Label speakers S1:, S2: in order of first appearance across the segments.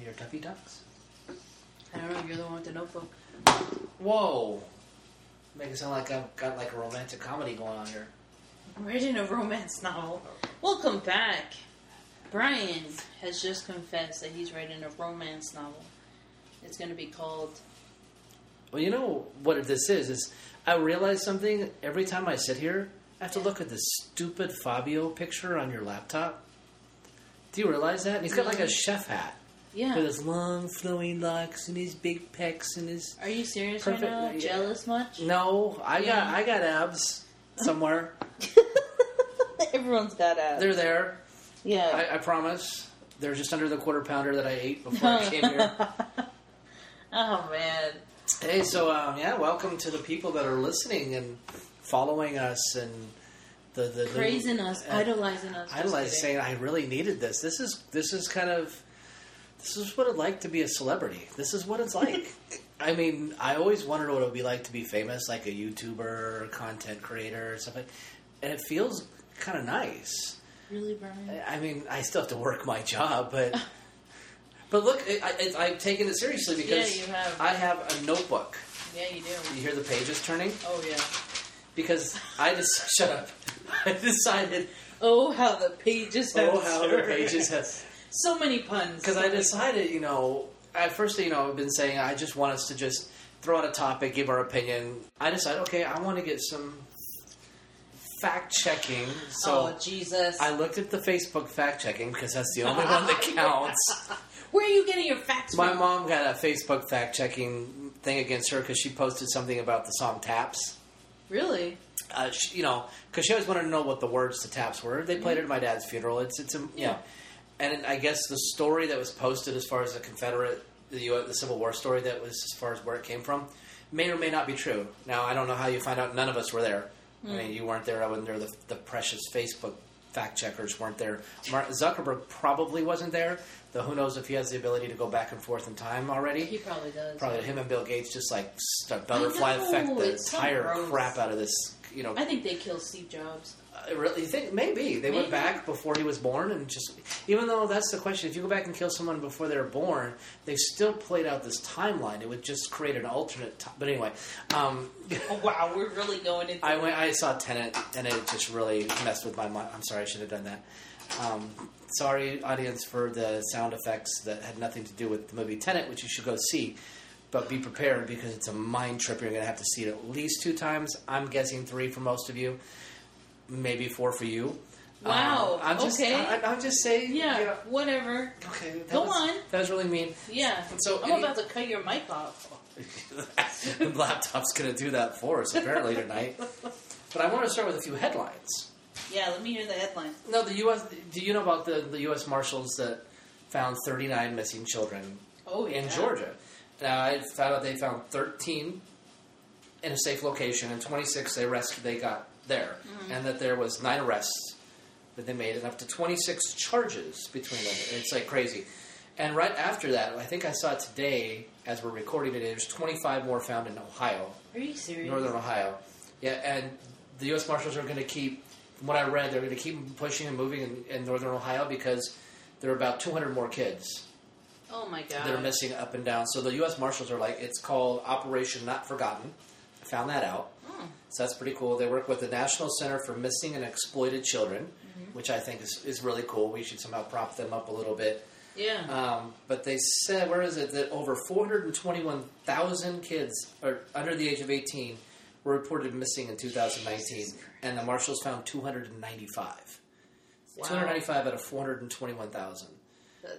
S1: We are Duffy Ducks.
S2: I don't know. You're the one with the notebook.
S1: Whoa! Make it sound like I've got like a romantic comedy going on here.
S2: Writing a romance novel. Welcome back. Brian has just confessed that he's writing a romance novel. It's going to be called.
S1: Well, you know what this is? Is I realize something every time I sit here. I have to look at this stupid Fabio picture on your laptop. Do you realize that? And he's got like a chef hat with
S2: Yeah.
S1: his long flowing locks and his big pecs and his.
S2: Are you serious
S1: Perfect-
S2: right now?
S1: yeah.
S2: Jealous much?
S1: No, I got
S2: Yeah.
S1: I got abs somewhere.
S2: Everyone's got abs.
S1: They're there.
S2: yeah.
S1: I, I promise. They're just under the quarter pounder that I ate before I came here.
S2: oh man.
S1: Hey, so um, yeah, welcome to the people that are listening and following us and the the, the
S2: Praising us,
S1: uh,
S2: idolizing us. just
S1: idolizing, saying
S2: kidding.
S1: I really needed this. This is this is kind of this is what it's like to be a celebrity. This is what it's like. I mean, I always wondered what it would be like to be famous, like a YouTuber, content creator, or something. And it feels kind of nice.
S2: Really, Brian?
S1: I mean, I still have to work my job, but but look, I, I, I've taken it seriously because
S2: Yeah, you have.
S1: I have a notebook.
S2: Yeah, you do.
S1: You hear the pages turning
S2: Oh yeah.
S1: because I just shut up. I decided.
S2: Oh how the pages have.
S1: Oh, how the
S2: turned.
S1: pages have.
S2: So many puns.
S1: Because I decided, you know, at first, you know, I've been saying I just want us to just throw out a topic, give our opinion. I decided, okay, I want to get some fact checking. So
S2: oh Jesus.
S1: I looked at the Facebook fact checking because that's the only one that counts.
S2: Where are you getting your facts
S1: My
S2: from?
S1: mom got a Facebook fact checking thing against her because she posted something about the song Taps.
S2: Really?
S1: Uh, she, you know, because she always wanted to know what the words to Taps were. They
S2: Mm-hmm.
S1: played it at my dad's funeral. It's it's a, you know, and I guess the story that was posted as far as the Confederate, the, U- the Civil War story that was as far as where it came from, may or may not be true. Now I don't know how you find out. None of us were there. I
S2: Mm.
S1: mean, you weren't there. I wasn't there. The, the precious Facebook fact checkers weren't there. Mark Zuckerberg probably wasn't there. Though who knows if he has the ability to go back and forth in time already?
S2: He probably does.
S1: probably him and Bill Gates just like st- butterfly
S2: I know,
S1: effect the
S2: it's so
S1: entire
S2: gross.
S1: crap out of this. You know,
S2: I think they killed Steve Jobs.
S1: I Uh, really think maybe they
S2: Maybe.
S1: went back before he was born and just even though that's the question. If you go back and kill someone before they were born, they still played out this timeline. It would just create an alternate. T- but anyway, um,
S2: Oh, wow, we're really going into.
S1: I went. I saw Tenet, and it just really messed with my mind. I'm sorry, I should have done that. Um, sorry, audience, for the sound effects that had nothing to do with the movie Tenet, which you should go see. But be prepared because it's a mind trip. You're going to have to see it at least two times. I'm guessing three for most of you, maybe four for you. Um,
S2: Wow,
S1: I'm just,
S2: okay.
S1: I, I'm just saying.
S2: yeah,
S1: you know,
S2: whatever.
S1: okay. that
S2: Go
S1: was-
S2: on.
S1: That was really mean.
S2: Yeah.
S1: So
S2: I'm
S1: any-
S2: about to cut your mic off.
S1: the laptop's going to do that for us apparently tonight. But I want to start with a few headlines.
S2: Yeah, let me hear the headline.
S1: No, the U.S. Do you know about the, the U.S. Marshals that found 39 missing children
S2: Oh, yeah.
S1: in Georgia? Now I found out they found 13 in a safe location, and 26 they rescued. They got there, and that there was nine arrests that they made, and up to 26 charges between them. It's like crazy. And right after that, I think I saw today, as we're recording today, there's 25 more found in Ohio.
S2: Are you serious?
S1: Northern Ohio. Yeah, and the U.S. Marshals are going to keep, from what I read, they're going to keep pushing and moving in, in Northern Ohio because there are about 200 more kids
S2: Oh my god.
S1: that are missing up and down. So the U.S. Marshals are like, it's called Operation Not Forgotten. I found that out. So that's pretty cool. They work with the National Center for Missing and Exploited Children, which I think is, is really cool. We should somehow prop them up a little bit.
S2: yeah.
S1: Um, but they said, where is it, that over 421,000 kids are under the age of 18 were reported missing in 2019, and the marshals found 295.
S2: Wow.
S1: 295 out of 421,000.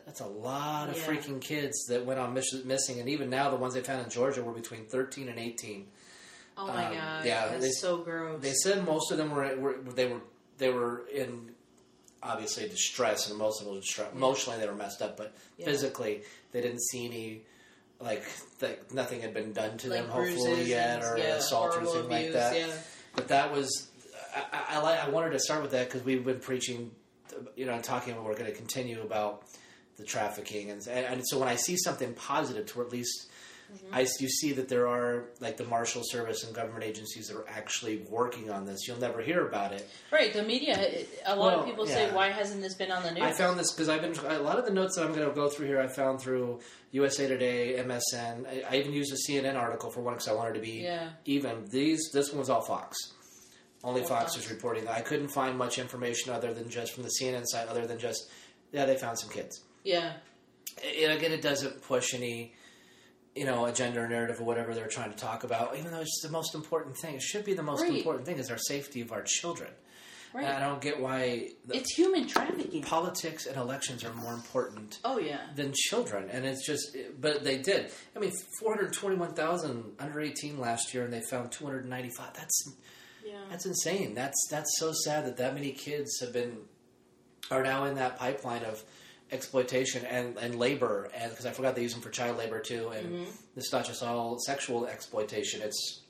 S1: That's a lot of
S2: Yeah.
S1: freaking kids that went on miss- missing, and even now the ones they found in Georgia were between 13 and 18.
S2: oh my
S1: um,
S2: god.
S1: yeah,
S2: That's
S1: they-
S2: so gross.
S1: They said most of them were, were they were they were in obviously distress and emotional distress. Emotionally, they were messed up, but
S2: Yeah.
S1: physically, they didn't see any like that. Nothing had been done to
S2: like
S1: them,
S2: bruises
S1: hopefully yet,
S2: and,
S1: or
S2: yeah,
S1: assault or
S2: horrible
S1: anything like
S2: abuse,
S1: that.
S2: Yeah.
S1: But that was I, I, I, like- I wanted to start with that because we've been preaching, you know, and talking about we're going to continue about the trafficking and, and so when I see something positive to at least I, you see that there are like the marshal service and government agencies that are actually working on this. You'll never hear about it.
S2: Right, the media. it- A lot
S1: Well,
S2: of people
S1: yeah.
S2: say, "Why hasn't this been on the news?"
S1: I found this because I've been a lot of the notes that I'm going to go through here. I found through USA Today, MSN. I, I even used a CNN article for one because I wanted to be
S2: Yeah.
S1: even. These this one was all Fox. Only
S2: All
S1: Fox
S2: Fox.
S1: was reporting that. I couldn't find much information other than just from the CNN side, other than just yeah, they found some kids.
S2: yeah,
S1: And again, it doesn't push any you know agenda or narrative or whatever they're trying to talk about. Even though it's the most important thing, it should be the most
S2: Right.
S1: important thing is our safety of our children.
S2: right.
S1: And I don't get why the
S2: it's human trafficking.
S1: politics and elections are more important
S2: Oh yeah,
S1: than children, and it's just. But they did. I mean, four hundred twenty-one thousand under eighteen last year, and they found two hundred ninety-five. That's
S2: yeah.
S1: that's insane. That's that's so sad that that many kids have been are now in that pipeline of exploitation and, and labor, and because I forgot they use them for child labor too, and
S2: Mm-hmm.
S1: it's not just all sexual exploitation. It's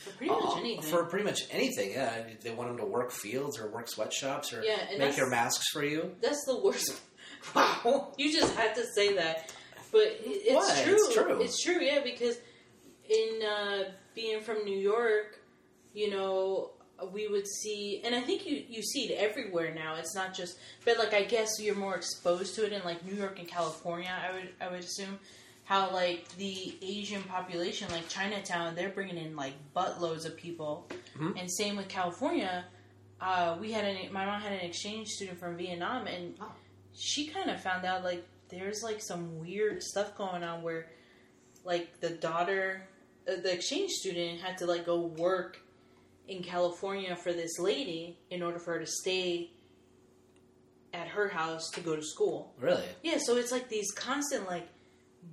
S2: For pretty much
S1: uh,
S2: anything.
S1: For pretty much anything, yeah. They want them to work fields or work sweatshops or
S2: Yeah, and
S1: make your
S2: that's-
S1: masks for you.
S2: That's the worst. Wow, you just had to say that, but it- it's
S1: What?
S2: true.
S1: It's true.
S2: It's true. Yeah, because in uh, being from New York, you know, we would see, and I think you you see it everywhere now. It's not just, but like I guess you're more exposed to it in like New York and California. I would I would assume. How like the Asian population, like Chinatown, they're bringing in like buttloads of people,
S1: Mhm.
S2: and same with California uh, we had an my mom had an exchange student from Vietnam, and
S1: Oh.
S2: she kind of found out like there's like some weird stuff going on where like the daughter, uh, the exchange student had to like go work in California for this lady in order for her to stay at her house to go to school.
S1: Really?
S2: Yeah, so it's like these constant like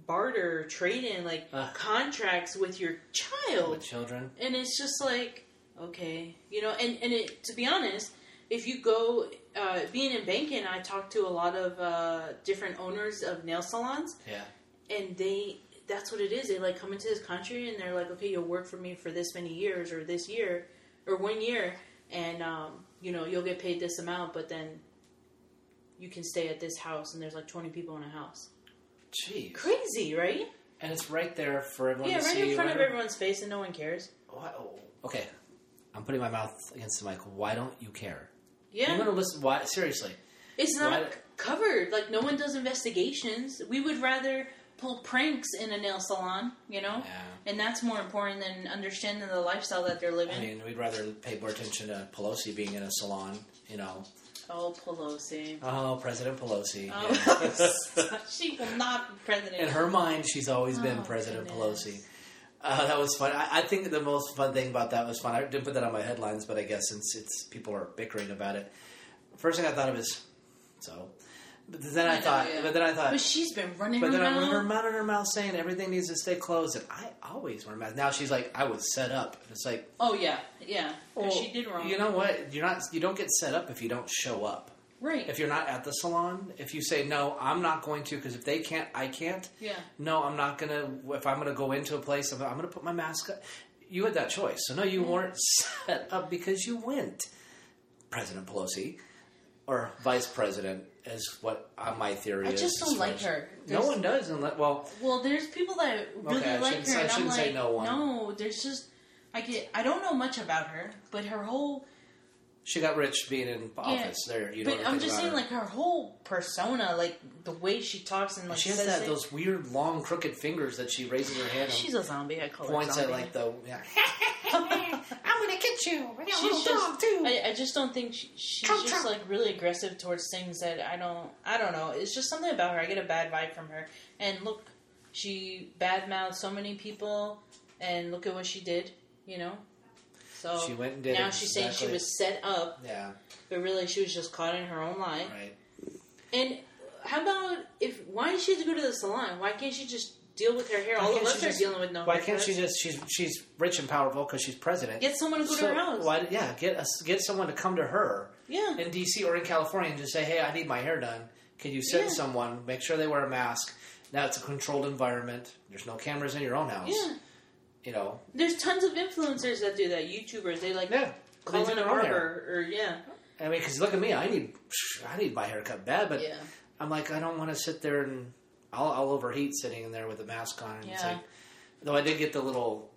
S2: barter trade in like
S1: Ugh.
S2: contracts with your child
S1: With children?
S2: and it's just like okay you know and and it, to be honest if you go uh, being in banking i talked to a lot of uh, different owners of nail salons
S1: Yeah.
S2: and they that's what it is they like come into this country and they're like okay you'll work for me for this many years or this year or one year and um, you know you'll get paid this amount but then you can stay at this house and there's like 20 people in a house
S1: Jeez.
S2: crazy right
S1: And it's right there for everyone
S2: yeah
S1: to
S2: right
S1: see.
S2: in front of
S1: whatever-
S2: everyone's face and no one cares
S1: Wow. Okay. I'm putting my mouth against the mic. Why don't you care?
S2: yeah
S1: You're going to listen. Why? Seriously.
S2: It's not
S1: Why-
S2: covered. Like no one does investigations. We would rather pull pranks in a nail salon, you know,
S1: Yeah.
S2: and that's more important than understanding the lifestyle that they're living.
S1: I mean, we'd rather pay more attention to Pelosi being in a salon, you know.
S2: oh, Pelosi.
S1: Oh, President Pelosi.
S2: Oh,
S1: Yeah.
S2: she will not be president.
S1: In her mind, she's always been
S2: Oh,
S1: President
S2: goodness.
S1: Pelosi. Uh, that was fun. I, I think the most fun thing about that was fun. I didn't put that on my headlines, but I guess since it's people are bickering about it, first thing I thought of is so. But then I,
S2: I know,
S1: thought,
S2: yeah.
S1: but then I thought,
S2: but she's been running
S1: uh, but then I
S2: around.
S1: remember mouth in her mouth saying everything needs to stay closed, and I always wear a mask. Now she's like, I was set up. And it's like,
S2: oh yeah, yeah. 'Cause
S1: well,
S2: she did wrong.
S1: You know what? You're not. You don't get set up if you don't show up.
S2: right?
S1: If you're not at the salon, if you say no, I'm not going to because if they can't, I can't
S2: yeah.
S1: no, I'm not gonna. If I'm gonna go into a place, I'm, I'm gonna put my mask up. You had that choice, so no, you weren't set up because you went, President Pelosi, or Vice President, is what uh, my theory
S2: I
S1: is.
S2: just
S1: as
S2: don't
S1: far
S2: like
S1: as-
S2: her.
S1: No
S2: There's-
S1: one does unless well,
S2: Well, there's people that really
S1: Okay, I
S2: like
S1: shouldn't-
S2: her,
S1: I
S2: and I'm
S1: shouldn't
S2: like,
S1: say no one.
S2: no. There's just I get I don't know much about her, but her whole
S1: she got rich being in office. There, you don't.
S2: But I'm just saying,
S1: her.
S2: like her whole persona, like the way she talks and like
S1: she has
S2: says
S1: that
S2: it-
S1: those weird long crooked fingers that she raises her hand.
S2: She's
S1: and
S2: a zombie. I call
S1: points
S2: her
S1: at
S2: zombie.
S1: like the yeah.
S3: I'm gonna get you. I got a
S2: she's
S3: little Oh,
S2: just.
S3: dog too.
S2: I, I just don't think she, she's
S3: Chomp,
S2: just
S3: chomp.
S2: like really aggressive towards things that I don't. I don't know. It's just something about her. I get a bad vibe from her. And look, she badmouthed so many people, and look at what she did. You know. So
S1: She went and did
S2: now
S1: it,
S2: she's saying she
S1: exactly.
S2: was set up,
S1: yeah
S2: but really she was just caught in her own lie.
S1: right.
S2: And how about if why does she have to go to the salon? Why can't she just deal with her hair?
S1: Why
S2: All of
S1: can't
S2: us
S1: she
S2: are
S1: just-
S2: dealing with no.
S1: Why
S2: hair
S1: can't she just?
S2: cuts.
S1: She's she's rich and powerful because she's president.
S2: get someone to go
S1: So,
S2: to her house?
S1: Why, yeah, get us get someone to come to her
S2: Yeah,
S1: in D.C. or in California and just say, "Hey, I need my hair done. Can you send
S2: Yeah.
S1: someone? Make sure they wear a mask." Now it's a controlled environment. There's no cameras in your own house.
S2: yeah.
S1: You know.
S2: There's tons of influencers that do that. YouTubers, they like
S1: Yeah.
S2: call
S1: They
S2: in
S1: do
S2: a
S1: their own hair.
S2: barber or yeah,
S1: I mean, because look at me. I need I need my hair cut bad, but
S2: yeah.
S1: I'm like, I don't want to sit there and I'll, I'll overheat sitting in there with a mask on. And It's
S2: Yeah.
S1: like, though I did get the little,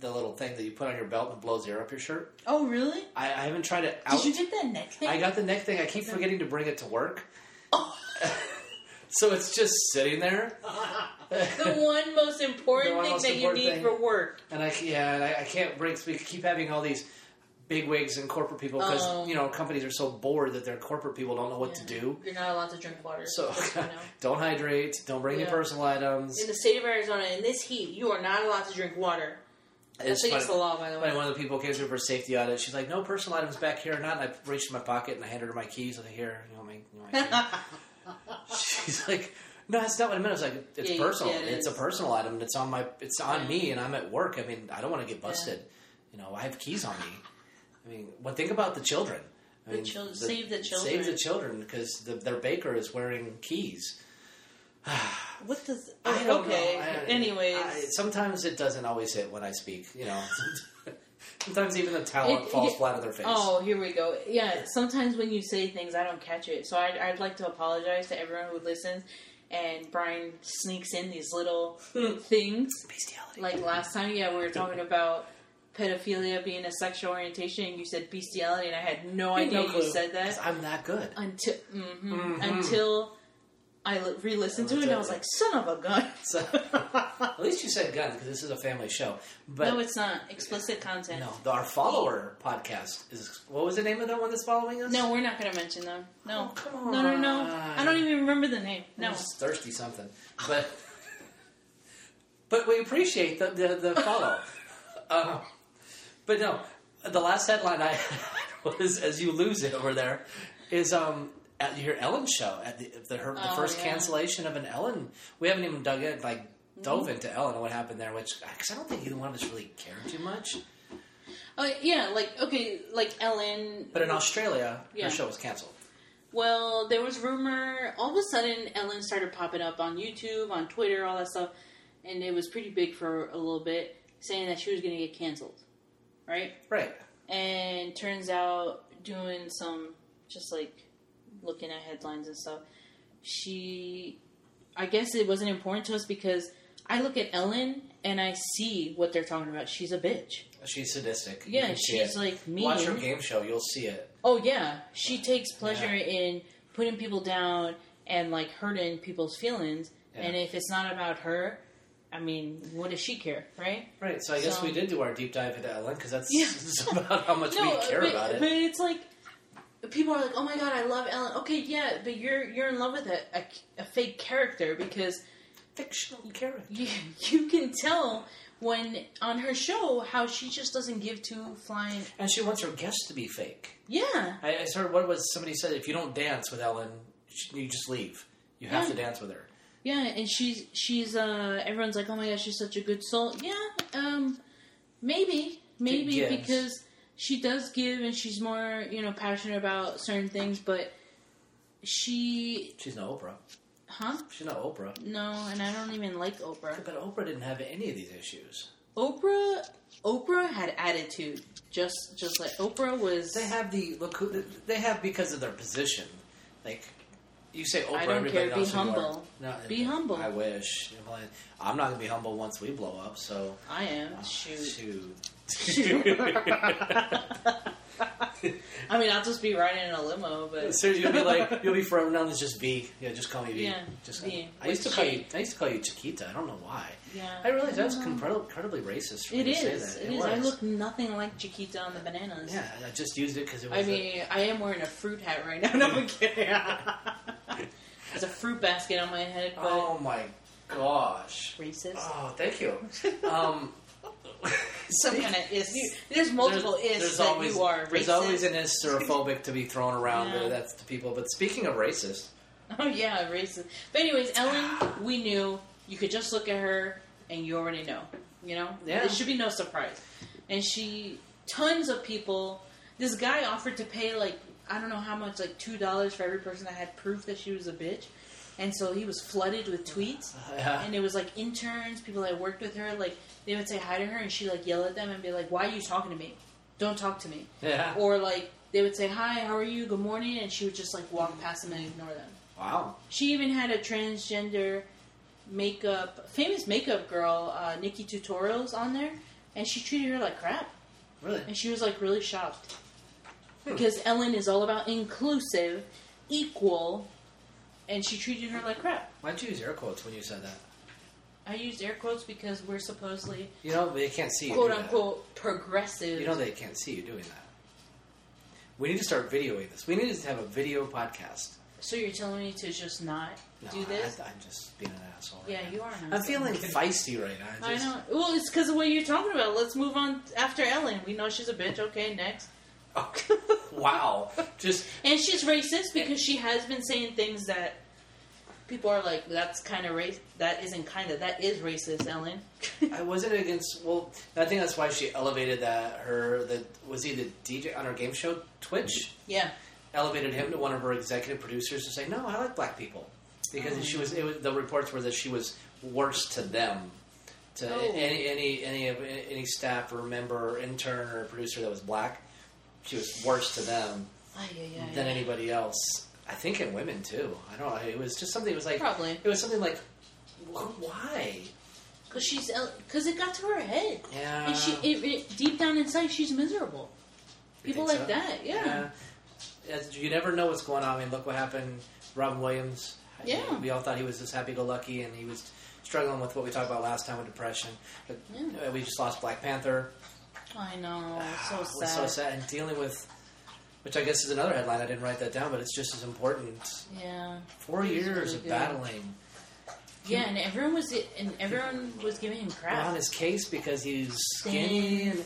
S1: the little thing that you put on your belt and it blows air up your shirt.
S2: Oh, really?
S1: I, I haven't tried it out.
S2: Did you get that neck thing?
S1: I got the neck thing. I keep forgetting to bring it to work,
S2: Oh,
S1: so it's just sitting there.
S2: the one most important
S1: The one
S2: thing
S1: most
S2: that
S1: important
S2: you need
S1: thing.
S2: for work.
S1: And I yeah, and I, I can't break. We keep having all these big wigs and corporate people because
S2: Oh.
S1: you know companies are so bored that their corporate people don't know what
S2: Yeah.
S1: to do.
S2: You're not allowed to drink water.
S1: So
S2: just so you know.
S1: don't hydrate. Don't bring
S2: Yeah.
S1: your personal items.
S2: in the state of Arizona, in this heat, you are not allowed to drink water. That's
S1: It's
S2: against
S1: funny-
S2: the law, by the way.
S1: funny, one of the people came through for a safety audit. She's like, "No personal items back here." or Not. And I reached in my pocket and I handed her my keys. I was like, "Here, you want my, you want my keys?" She's like, "No, that's not what I meant." I was like, "It's
S2: Yeah, you-
S1: personal.
S2: yeah, it
S1: it's
S2: is.
S1: a personal item. and It's on my. It's on
S2: Yeah.
S1: me, and I'm at work. I mean, I don't want to get busted. You know, I have keys on me. I mean, well, think about the children. I
S2: The
S1: mean,
S2: chil- save the children.
S1: Save the children because the, their baker is wearing keys.
S2: What does?
S1: I don't
S2: Oh, okay.
S1: know. I-
S2: Anyways,
S1: I- sometimes it doesn't always hit when I speak. You know, sometimes even the
S2: It-
S1: talent
S2: it-
S1: falls flat on their face.
S2: Oh, here we go. Yeah, sometimes when you say things, I don't catch it. So I'd, I'd like to apologize to everyone who listens. And Brian sneaks in these little things.
S1: Bestiality.
S2: Like last time, yeah, we were talking about pedophilia being a sexual orientation, and you said bestiality, and I had no
S1: I
S2: idea
S1: know
S2: you said that
S1: I'm that good.
S2: until hmm
S1: Mhm.
S2: until I li- re-listened to it, and I was like, "Son of a gun!"
S1: So, at least you said guns because this is a family show. But
S2: no,
S1: no,
S2: it's not explicit content.
S1: the- our follower podcast is what was the name of that one that's following us?
S2: No, we're not going to mention them. No,
S1: Oh, come
S2: no, no, no.
S1: on.
S2: I don't even remember the name.
S1: I'm
S2: No,
S1: just thirsty something. But but we appreciate the the, the follow. uh, but no, the last headline I had was as you lose it over there is um at your Ellen show at the the, her, the
S2: Oh,
S1: first
S2: yeah. Mm-hmm.
S1: cancellation of an Ellen. We haven't even dug in like dove into Ellen and what happened there, which because I don't think either one of us really cared too much.
S2: Oh yeah, like okay, like Ellen.
S1: But in Australia,
S2: Yeah.
S1: her show was canceled.
S2: well, there was rumor. All of a sudden, Ellen started popping up on YouTube, on Twitter, all that stuff, and it was pretty big for a little bit, saying that she was going to get canceled, right?
S1: Right.
S2: And turns out, doing some just like looking at headlines and stuff, she. I guess it wasn't important to us because I look at Ellen and I see what they're talking about. She's a bitch.
S1: She's sadistic. You
S2: Yeah,
S1: can see
S2: she's
S1: it.
S2: like mean.
S1: Watch her game show, you'll see it.
S2: Oh yeah, she takes pleasure
S1: Yeah.
S2: in putting people down and like hurting people's feelings.
S1: Yeah.
S2: And if it's not about her, I mean, what does she care, right?
S1: Right, so I guess
S2: So-
S1: we did do our deep dive into Ellen because that's
S2: Yeah.
S1: about how much we care
S2: but,
S1: about it.
S2: but it's like people are like, "Oh my god, I love Ellen." Okay, yeah, but you're you're in love with a, a, a fake character because
S1: Fictional character.
S2: you you can tell when on her show how she just doesn't give two flying.
S1: And she wants her guests to be fake.
S2: Yeah,
S1: I, I heard what was somebody said if you don't dance with Ellen, sh- you just leave. You have
S2: Yeah.
S1: to dance with her.
S2: Yeah, and she's she's uh everyone's like, Oh my gosh, she's such a good soul. Yeah, um maybe. Maybe
S1: Yes.
S2: because she does give and she's more, you know, passionate about certain things, but she
S1: She's no Oprah.
S2: huh?
S1: She's not Oprah.
S2: No, and I don't even like Oprah.
S1: But Oprah didn't have any of these issues.
S2: Oprah Oprah had attitude. Just just like Oprah was
S1: They have the look. Who, they have because of their position. Like you say, Oprah.
S2: I don't
S1: everybody
S2: care,
S1: knows
S2: be
S1: who you are.
S2: humble.
S1: No,
S2: Be humble.
S1: I wish. I'm not gonna be humble once we blow up. So
S2: I am. Shoot.
S1: Shoot.
S2: I mean I'll just be riding in a limo, but
S1: Seriously, you'll be like, you'll be forever known as just V. Yeah, just call me V.
S2: Yeah,
S1: just
S2: V.
S1: I used to
S2: With
S1: call
S2: J.
S1: you. I used to call you Chiquita. I don't know why.
S2: yeah.
S1: I realized that's incredibly, incredibly racist. For me
S2: It
S1: to say
S2: is.
S1: that.
S2: It is. I
S1: was.
S2: look nothing like Chiquita on the bananas.
S1: Yeah, I just used it because it was.
S2: I
S1: a-
S2: mean, I am wearing a fruit hat right now. No, I'm kidding. There's a fruit basket on my head, but
S1: oh my gosh.
S2: racist.
S1: Oh, thank you. Um,
S2: Some kind of is. There's multiple is that
S1: always,
S2: you are racist.
S1: There's always an is sterophobic to be thrown around.
S2: Yeah.
S1: uh, That's to people. But speaking of racist,
S2: oh yeah, racist. But anyways, Ellen, we knew you could just look at her and you already know. You know,
S1: Yeah.
S2: There should be no surprise. And she, tons of people. This guy offered to pay like I don't know how much, like two dollars for every person that had proof that she was a bitch. And so he was flooded with tweets.
S1: yeah.
S2: Uh-huh. and it was like interns, people that worked with her, like they would say hi to her and she like yell at them and be like, Why are you talking to me? Don't talk to me.
S1: yeah.
S2: Or like they would say, Hi, how are you? Good morning and she would just like walk past them and ignore them.
S1: Wow.
S2: She even had a transgender makeup famous makeup girl uh, Nikki Tutorials on there, and she treated her like crap,
S1: Really?
S2: and she was like really shocked because Ellen is all about inclusive, equal, and she treated her like crap.
S1: Why'd you use air quotes when you said that?
S2: I used air quotes because we're supposedly
S1: You know they can't see you.
S2: quote
S1: do that.
S2: unquote progressive.
S1: You know they can't see you doing that. We need to start videoing this. We need to have a video podcast.
S2: so you're telling me to just not
S1: No,
S2: do this?
S1: I, am just being an asshole. right
S2: yeah,
S1: now.
S2: you are. Not
S1: I'm feeling feisty right now.
S2: I
S1: just-
S2: know. Well, it's because of what you're talking about. Let's move on after Ellen. We know she's a bitch. Okay, next.
S1: Oh, wow. Just
S2: And she's racist because she has been saying things that people are like, "That's kind of race. That isn't kind of. That is racist, Ellen."
S1: I wasn't against. Well, I think that's why she elevated that her the was he the DJ on her game show Twitch
S2: yeah.
S1: elevated him to one of her executive producers to say no I like black people because she was, it was the reports were that she was worse to them to
S2: Oh.
S1: any any any of any staff or member or intern or producer that was black she was worse to them
S2: Ay, ay, ay,
S1: than
S2: ay.
S1: anybody else I think in women too I don't know it was just something it was like
S2: Probably
S1: it was something like wh- why
S2: because she's because it got to her head,
S1: yeah
S2: and she it, it, deep down inside she's miserable.
S1: Uh. You
S2: People
S1: think
S2: like
S1: so?
S2: that, yeah.
S1: uh, As- you never know what's going on. I mean, look what happened. Robin Williams.
S2: Yeah.
S1: We all thought he was just happy-go-lucky, and he was struggling with what we talked about last time with depression. But
S2: Yeah.
S1: uh, we just lost Black Panther.
S2: I know. Oh, it's
S1: Ah,
S2: So
S1: it was
S2: sad.
S1: so sad. And dealing with, which I guess is another headline. I didn't write that down, but it's just as important.
S2: Yeah.
S1: Four
S2: He's
S1: years
S2: really
S1: of
S2: good.
S1: battling.
S2: Yeah, and everyone was and everyone was giving him
S1: We're on
S2: crap.
S1: his case because he's skinny. And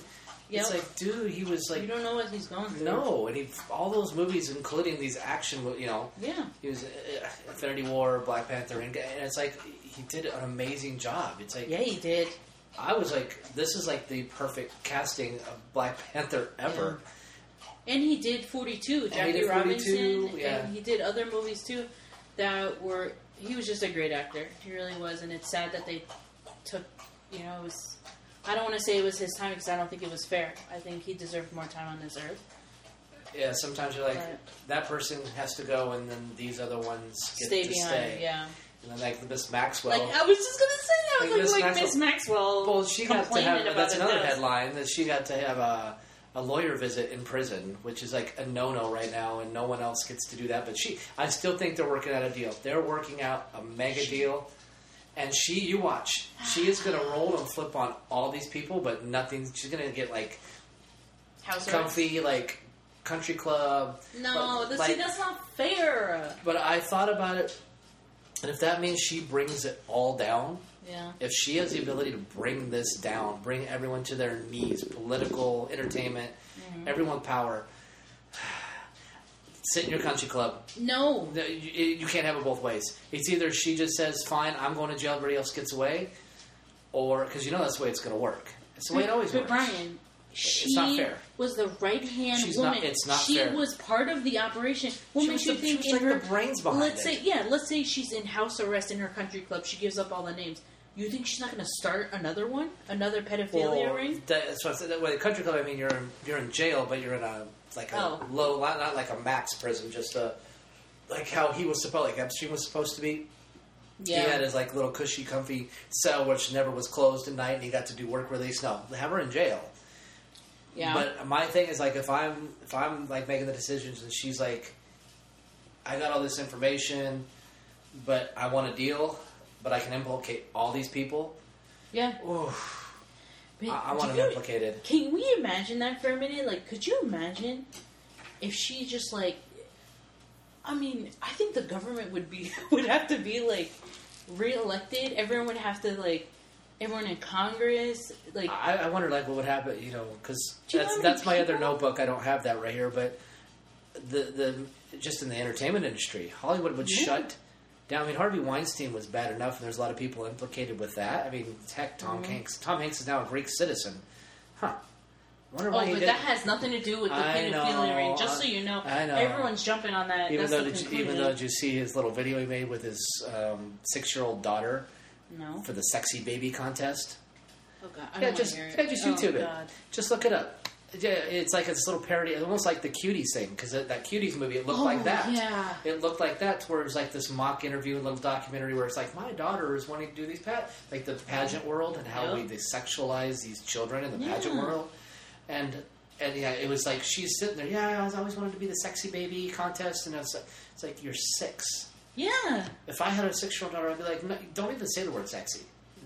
S2: Yep.
S1: It's like, dude, he was
S2: you
S1: like,
S2: don't know what he's going through.
S1: no, and he all those movies, including these action, mo- you know,
S2: Yeah.
S1: He was uh, Infinity War, Black Panther, and, and it's like he did an amazing job. It's like
S2: Yeah, he did.
S1: I was like, this is like the perfect casting of Black Panther ever.
S2: And he did 42, Jackie
S1: did 42,
S2: Robinson,
S1: yeah.
S2: and he did other movies too that were. He was just a great actor. He really was, and it's sad that they took. You know, it was. I don't want to say it was his time because I don't think it was fair. I think he deserved more time on this earth.
S1: Yeah. sometimes you're like
S2: Right.
S1: that person has to go, and then these other ones get
S2: stay
S1: to
S2: behind,
S1: stay.
S2: yeah.
S1: And then like Miss Maxwell.
S2: like I was just gonna say that. I
S1: Like
S2: was
S1: Miss
S2: like, like
S1: Maxwell-
S2: Miss Maxwell.
S1: well, she got to
S2: complaining
S1: have
S2: about
S1: that's
S2: the
S1: another
S2: dust.
S1: headline that she got to have a. A lawyer visit in prison, which is like a no-no right now, and no one else gets to do that. But she, I still think they're working out a deal. They're working out a mega deal. And she, you watch, she is going to roll and flip on all these people, but nothing. She's going to get like
S2: House arrest.
S1: comfy, like country club.
S2: No,
S1: but,
S2: that's, see,
S1: like-
S2: that's not fair.
S1: But I thought about it, and if that means she brings it all down,
S2: Yeah.
S1: if she has the ability to bring this down, bring everyone to their knees, political, entertainment,
S2: Mm-hmm.
S1: everyone power. Sit in your country club.
S2: No.
S1: No, You you can't have it both ways. It's either she just says, "Fine, I'm going to jail," everybody else gets away, or because you know that's the way it's going to work. It's the way it always
S2: But
S1: works.
S2: Brian, she
S1: not fair.
S2: was the right hand
S1: She's
S2: woman.
S1: not- it's not
S2: she
S1: fair.
S2: was part of the operation. What
S1: She was
S2: makes
S1: the-
S2: you
S1: she
S2: think
S1: was
S2: in
S1: like
S2: her
S1: the brains behind
S2: Let's
S1: it.
S2: say yeah, let's say she's in house arrest in her country club. She gives up all the names. You think she's not going to start another one, another pedophilia
S1: Well,
S2: ring?
S1: that- that's what I'm saying. That way, the country club. I mean, you're in, you're in jail, but you're in a like a
S2: Oh.
S1: low, not, not like a max prison, just a like how he was supposed, like Epstein was supposed to be. He had his like little cushy, comfy cell, which never was closed at night, and he got to do work release. No, have her in jail.
S2: yeah.
S1: But my thing is like if I'm if I'm like making the decisions and she's like, I got all this information, but I want a deal, but I can implicate all these people.
S2: yeah.
S1: Oof,
S2: But
S1: I, I want them
S2: do you-
S1: implicated.
S2: Can we imagine that for a minute? Like, could you imagine if she just like? I mean, I think the government would be would have to be like reelected. Everyone would have to like everyone in Congress. Like,
S1: I, I wonder, like, what would happen, you know, because
S2: Do you know
S1: that's
S2: how many
S1: that's my other
S2: people-
S1: notebook. I don't have that right here, but the the just in the entertainment industry, Hollywood would
S2: Yeah.
S1: shut down. I mean, Harvey Weinstein was bad enough, and there's a lot of people implicated with that. I mean, heck, Tom
S2: Mm-hmm.
S1: Hanks. Tom Hanks is now a Greek citizen, huh? I wonder
S2: oh,
S1: why he
S2: but
S1: did.
S2: that has nothing to do with the
S1: I
S2: pedophilia
S1: know,
S2: ring. Just so you know,
S1: I know.
S2: everyone's jumping on that.
S1: even
S2: That's
S1: though
S2: the
S1: did you,
S2: conclusion.
S1: even though did you see his little video he made with his um, six year old daughter
S2: no,
S1: for the sexy baby contest.
S2: oh god, I
S1: Yeah,
S2: don't
S1: just
S2: wanna hear it.
S1: yeah, just
S2: Oh,
S1: YouTube it.
S2: God.
S1: Just look it up. yeah, it's like it's a little parody, almost like the Cuties thing, because that, that Cuties movie, it looked
S2: Oh,
S1: like that.
S2: yeah.
S1: It looked like that, to where it was like this mock interview, little documentary where it's like, my daughter is wanting to do these, pa-, like the pageant world and how we
S2: Yeah.
S1: they sexualize these children in the pageant
S2: Yeah.
S1: world. And and yeah, it was like she's sitting there, yeah, I was- I always wanted to be the sexy baby contest. And I was, like- it's like, you're six.
S2: Yeah.
S1: If I had a six year old daughter, I'd be like, no, don't even say the word sexy.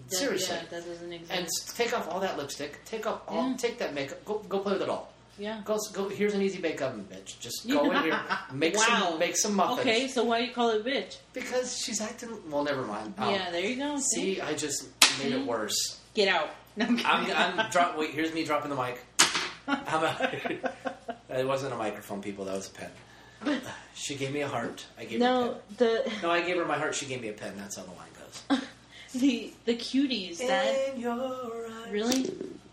S2: That-
S1: Seriously.
S2: Yeah, that doesn't exist.
S1: And s- take off all that lipstick. Take off all.
S2: Yeah.
S1: Take that makeup. Go go play with it all.
S2: yeah.
S1: Go, go here's an easy bake oven, bitch. Just go in here, make
S2: Wow.
S1: some make some muffins.
S2: Okay, so why do you call it bitch?
S1: Because she's acting. Well, never mind. Oh.
S2: yeah, there you go.
S1: See, I just made it worse.
S2: Get out. No, I'm kidding.
S1: I'm I'm drop. Wait, here's me dropping the mic. I'm out. it wasn't a microphone, people. That was a pen. She gave me a heart. I gave her a
S2: no,
S1: pen.
S2: the
S1: No, I gave her my heart. She gave me a pen. That's how the line goes.
S2: the the cuties that
S1: In your eyes,
S2: really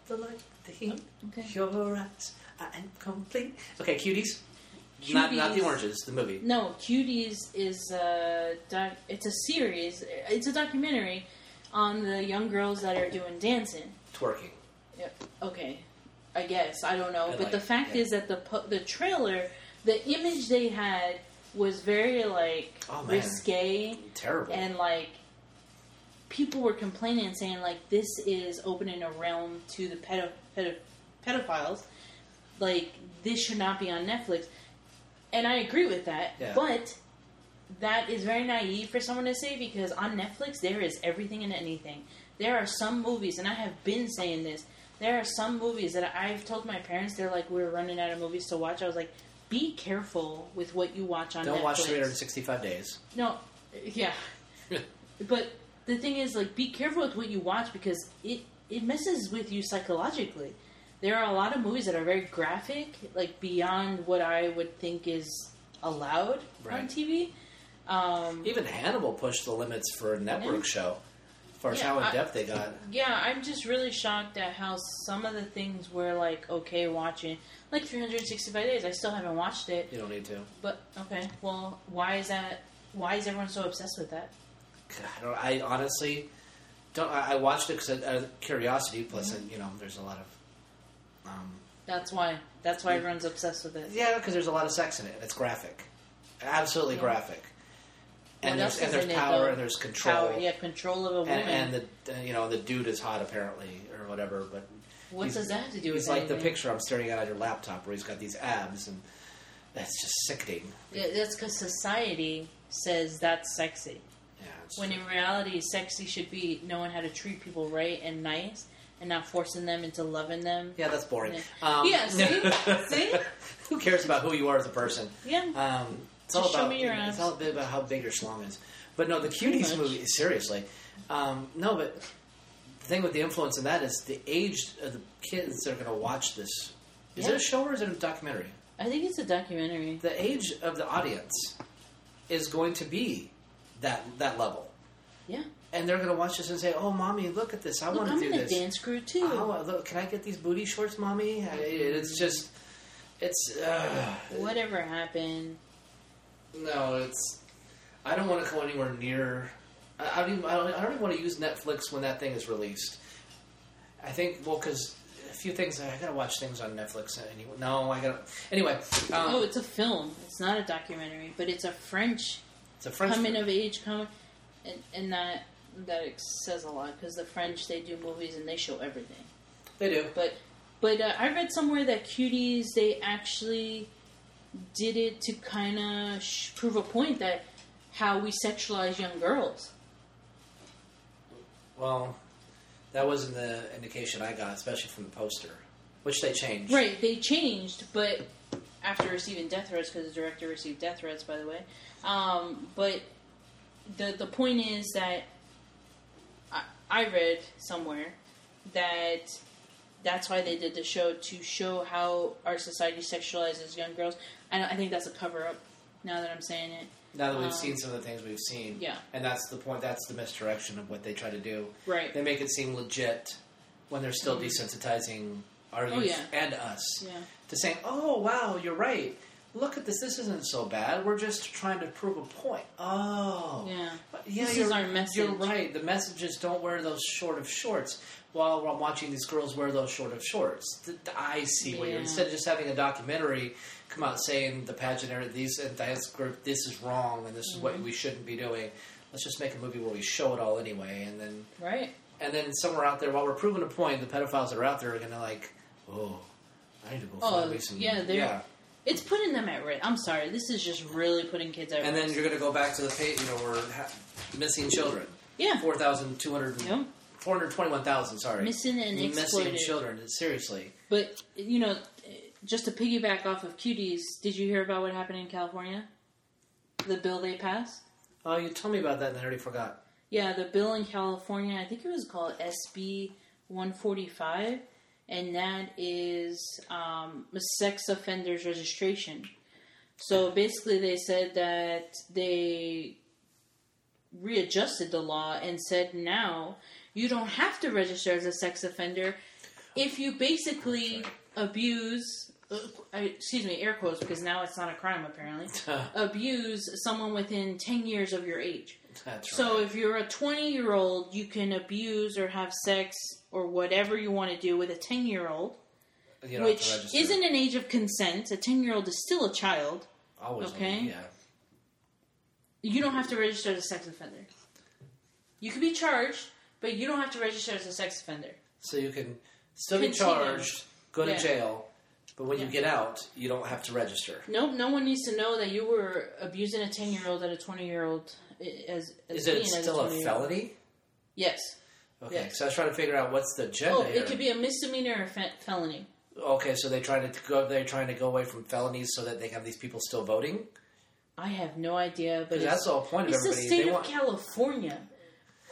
S1: the light, the heat.
S2: okay.
S1: Your eyes, I am complete. Okay, cuties. Not, not the
S2: Cuties.
S1: oranges, the movie.
S2: No, Cuties is a doc- it's a series. It's a documentary on the young girls that are doing dancing.
S1: Twerking.
S2: Okay, I guess I don't know,
S1: And
S2: but the
S1: like,
S2: fact
S1: yeah.
S2: is that the po- the trailer, the image they had was very like
S1: Oh, man.
S2: risque
S1: Terrible.
S2: and like people were complaining and saying like this is opening a realm to the pedo- pedo- pedophiles like this should not be on netflix and i agree with that
S1: Yeah.
S2: but that is very naive for someone to say because on netflix there is everything and anything there are some movies and i have been saying this there are some movies that i've told my parents they're like we're running out of movies to watch i was like be careful with what you watch on
S1: Don't
S2: netflix
S1: watch 365 days.
S2: no, yeah, but the thing is, like, be careful with what you watch because it it messes with you psychologically. There are a lot of movies that are very graphic, like beyond what I would think is allowed on
S1: Right.
S2: TV. Um,
S1: Even Hannibal pushed the limits for a network show, as far as
S2: Yeah,
S1: how in
S2: I-
S1: depth they got.
S2: yeah, I'm just really shocked at how some of the things were like okay watching, like 365 days. I still haven't watched it,
S1: You don't need to.
S2: but okay. Well, why is that? Why is everyone so obsessed with that?
S1: God, I, don't, I honestly don't. I, I watched it because out of curiosity. Plus,
S2: Mm-hmm.
S1: uh, you know, there's a lot of. Um,
S2: That's why. That's why everyone's obsessed with it.
S1: yeah, because there's a lot of sex in it. It's graphic, absolutely
S2: Yeah.
S1: graphic. And
S2: What
S1: there's,
S2: else
S1: and
S2: is
S1: there's
S2: in it,
S1: power
S2: though?
S1: and there's control.
S2: Power, yeah, control of a woman.
S1: and, and the uh, you know the dude is hot apparently or whatever. But
S2: what
S1: he's-
S2: does that have to do with
S1: he's like the
S2: anything?
S1: picture I'm staring at on your laptop where he's got these abs and that's just sickening.
S2: Yeah, That's because society says that's sexy.
S1: Yeah, it's-
S2: When in reality, sexy should be knowing how to treat people right and nice, and not forcing them into loving them.
S1: yeah, that's boring.
S2: Yeah.
S1: Um,
S2: Yeah, see? See?
S1: who cares about who you are as a person?
S2: Yeah.
S1: Um, it's all
S2: Just show
S1: about
S2: me your
S1: it's
S2: abs.
S1: all a bit about how big your schlong is. But no, the cuties
S2: much.
S1: movie seriously. Um, no, but the thing with the influence in that is the age of the kids that are going to watch this. Is it
S2: Yeah.
S1: a show or is it a documentary?
S2: I think it's a documentary.
S1: the age of the audience is going to be that that level,
S2: Yeah.
S1: and they're going to watch this and say, "Oh, mommy, look at this! I
S2: Look,
S1: want
S2: I'm
S1: to do
S2: in a
S1: this.
S2: dance crew too.
S1: Oh, uh, look, can I get these booty shorts, mommy?" I- It's just, it's uh,
S2: Whatever happened.
S1: no, it's. I don't want to go anywhere near. I I don't even. I don't, I don't even want to use Netflix when that thing is released. I think well, because a few things I gotta watch things on Netflix anyway. No, I gotta anyway. Um,
S2: Oh, it's a film. It's not a documentary, but it's a French
S1: it's a French.
S2: coming of age coming, and, and that that says a lot because the French they do movies and they show everything.
S1: They do.
S2: But but uh, I read somewhere that cuties they actually did it to kind of sh- prove a point that how we sexualize young girls.
S1: Well, that wasn't the indication I got, especially from the poster, which they changed.
S2: Right, they changed, but after receiving death threats because the director received death threats, by the way. Um, but the the point is that I, I read somewhere that that's why they did the show to show how our society sexualizes young girls. And I think that's a cover up. Now that I'm saying it,
S1: Now that we've
S2: Um,
S1: seen some of the things we've seen,
S2: yeah.
S1: and that's the point. That's the misdirection of what they try to do.
S2: right?
S1: They make it seem legit when they're still desensitizing our youth
S2: Oh, yeah.
S1: and us
S2: Yeah.
S1: to saying, "Oh, wow, you're right." look at this. This isn't so bad. We're just trying to prove a point. Oh,
S2: Yeah.
S1: But, Yeah,
S2: This
S1: you're,
S2: is our message.
S1: You're right. The message is don't wear those short of shorts. While I'm watching these girls wear those short of shorts, Th- th- I see what you're.
S2: Yeah.
S1: Instead of just having a documentary come out saying the pageantry, these and dance group, this is wrong, and this is
S2: Mm-hmm.
S1: what we shouldn't be doing. Let's just make a movie where we show it all anyway, and then
S2: Right.
S1: and then somewhere out there, while we're proving a point, the pedophiles that are out there are gonna like, oh, I need to go
S2: Oh,
S1: find me some.
S2: yeah, they're- It's putting them at risk. I'm sorry. This is just really putting kids at risk.
S1: And then you're gonna go back to the page. You know, we're ha- missing children.
S2: yeah.
S1: Four thousand two hundred.
S2: No.
S1: 421,000, sorry.
S2: Missing and exploited.
S1: Missing children, seriously.
S2: But you know, just to piggyback off of cuties, did you hear about what happened in California? The bill they passed.
S1: Oh, you told me about that and I already forgot.
S2: Yeah, the bill in California, I think it was called SB 145, and that is um, a sex offenders registration. So basically, they said that they readjusted the law and said now you don't have to register as a sex offender if you basically abuse, uh, I- excuse me, air quotes, because now it's not a crime apparently, abuse someone within 10 years of your age.
S1: That's
S2: So if you're a 20 year old, you can abuse or have sex or whatever you want to do with a 10 year old,
S1: right. You don't have
S2: which
S1: to register.
S2: isn't an age of consent. A 10 year old is still a child.
S1: always
S2: okay.
S1: yeah.
S2: You don't have to register as a sex offender. You can be charged, but you don't have to register as a sex offender.
S1: So you can still be
S2: Continue.
S1: charged, go to
S2: Yeah.
S1: jail, but when you
S2: Yeah.
S1: get out, you don't have to register.
S2: Nope, no one needs to know that you were abusing a 10 year old at a 20 year old as, as
S1: Is it
S2: being as
S1: still a
S2: 20-year-old.
S1: felony?
S2: Yes.
S1: Okay,
S2: Yes.
S1: so I was trying to figure out what's the agenda.
S2: Oh,
S1: here.
S2: it could be a misdemeanor or fe- felony.
S1: Okay, so they trying to go. They're trying to go away from felonies so that they have these people still voting.
S2: I have no idea, but
S1: Because
S2: it's
S1: that's the whole point of
S2: It's the
S1: everybody.
S2: state
S1: they
S2: of
S1: want
S2: California.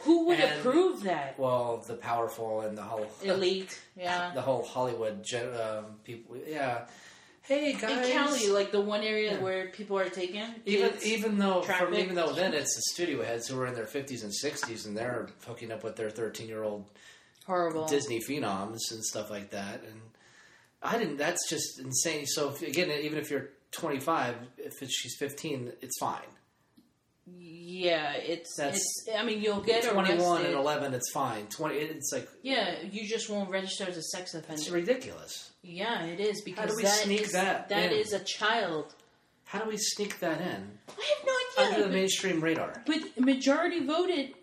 S2: Who would
S1: And-
S2: approve that?
S1: well, the powerful and the whole
S2: Elite, yeah.
S1: the whole Hollywood gen, um, people. Yeah. Hey guys.
S2: In Cali, like the one area
S1: Yeah.
S2: where people are taken.
S1: even
S2: kids.
S1: even though from,
S2: traffic.
S1: even though then it's the studio heads who are in their fifties and sixties and they're hooking up with their thirteen year old
S2: horrible.
S1: Disney phenoms and stuff like that. And I didn't. That's just insane. So if, again, even if you're 25, if it's, she's 15, it's fine.
S2: Yeah, it's
S1: That's-
S2: it's. I mean, you'll get
S1: 21
S2: arrested.
S1: and 11, it's fine. 20, it- it's like
S2: yeah, you just won't register as a sex
S1: it's
S2: offender.
S1: ridiculous.
S2: Yeah, it is because
S1: we
S2: that
S1: sneak
S2: is-
S1: that
S2: that
S1: in?
S2: is a child.
S1: How do we sneak that in
S2: I have
S1: under
S2: no
S1: the
S2: idea.
S1: mainstream radar?
S2: But, but majority voted,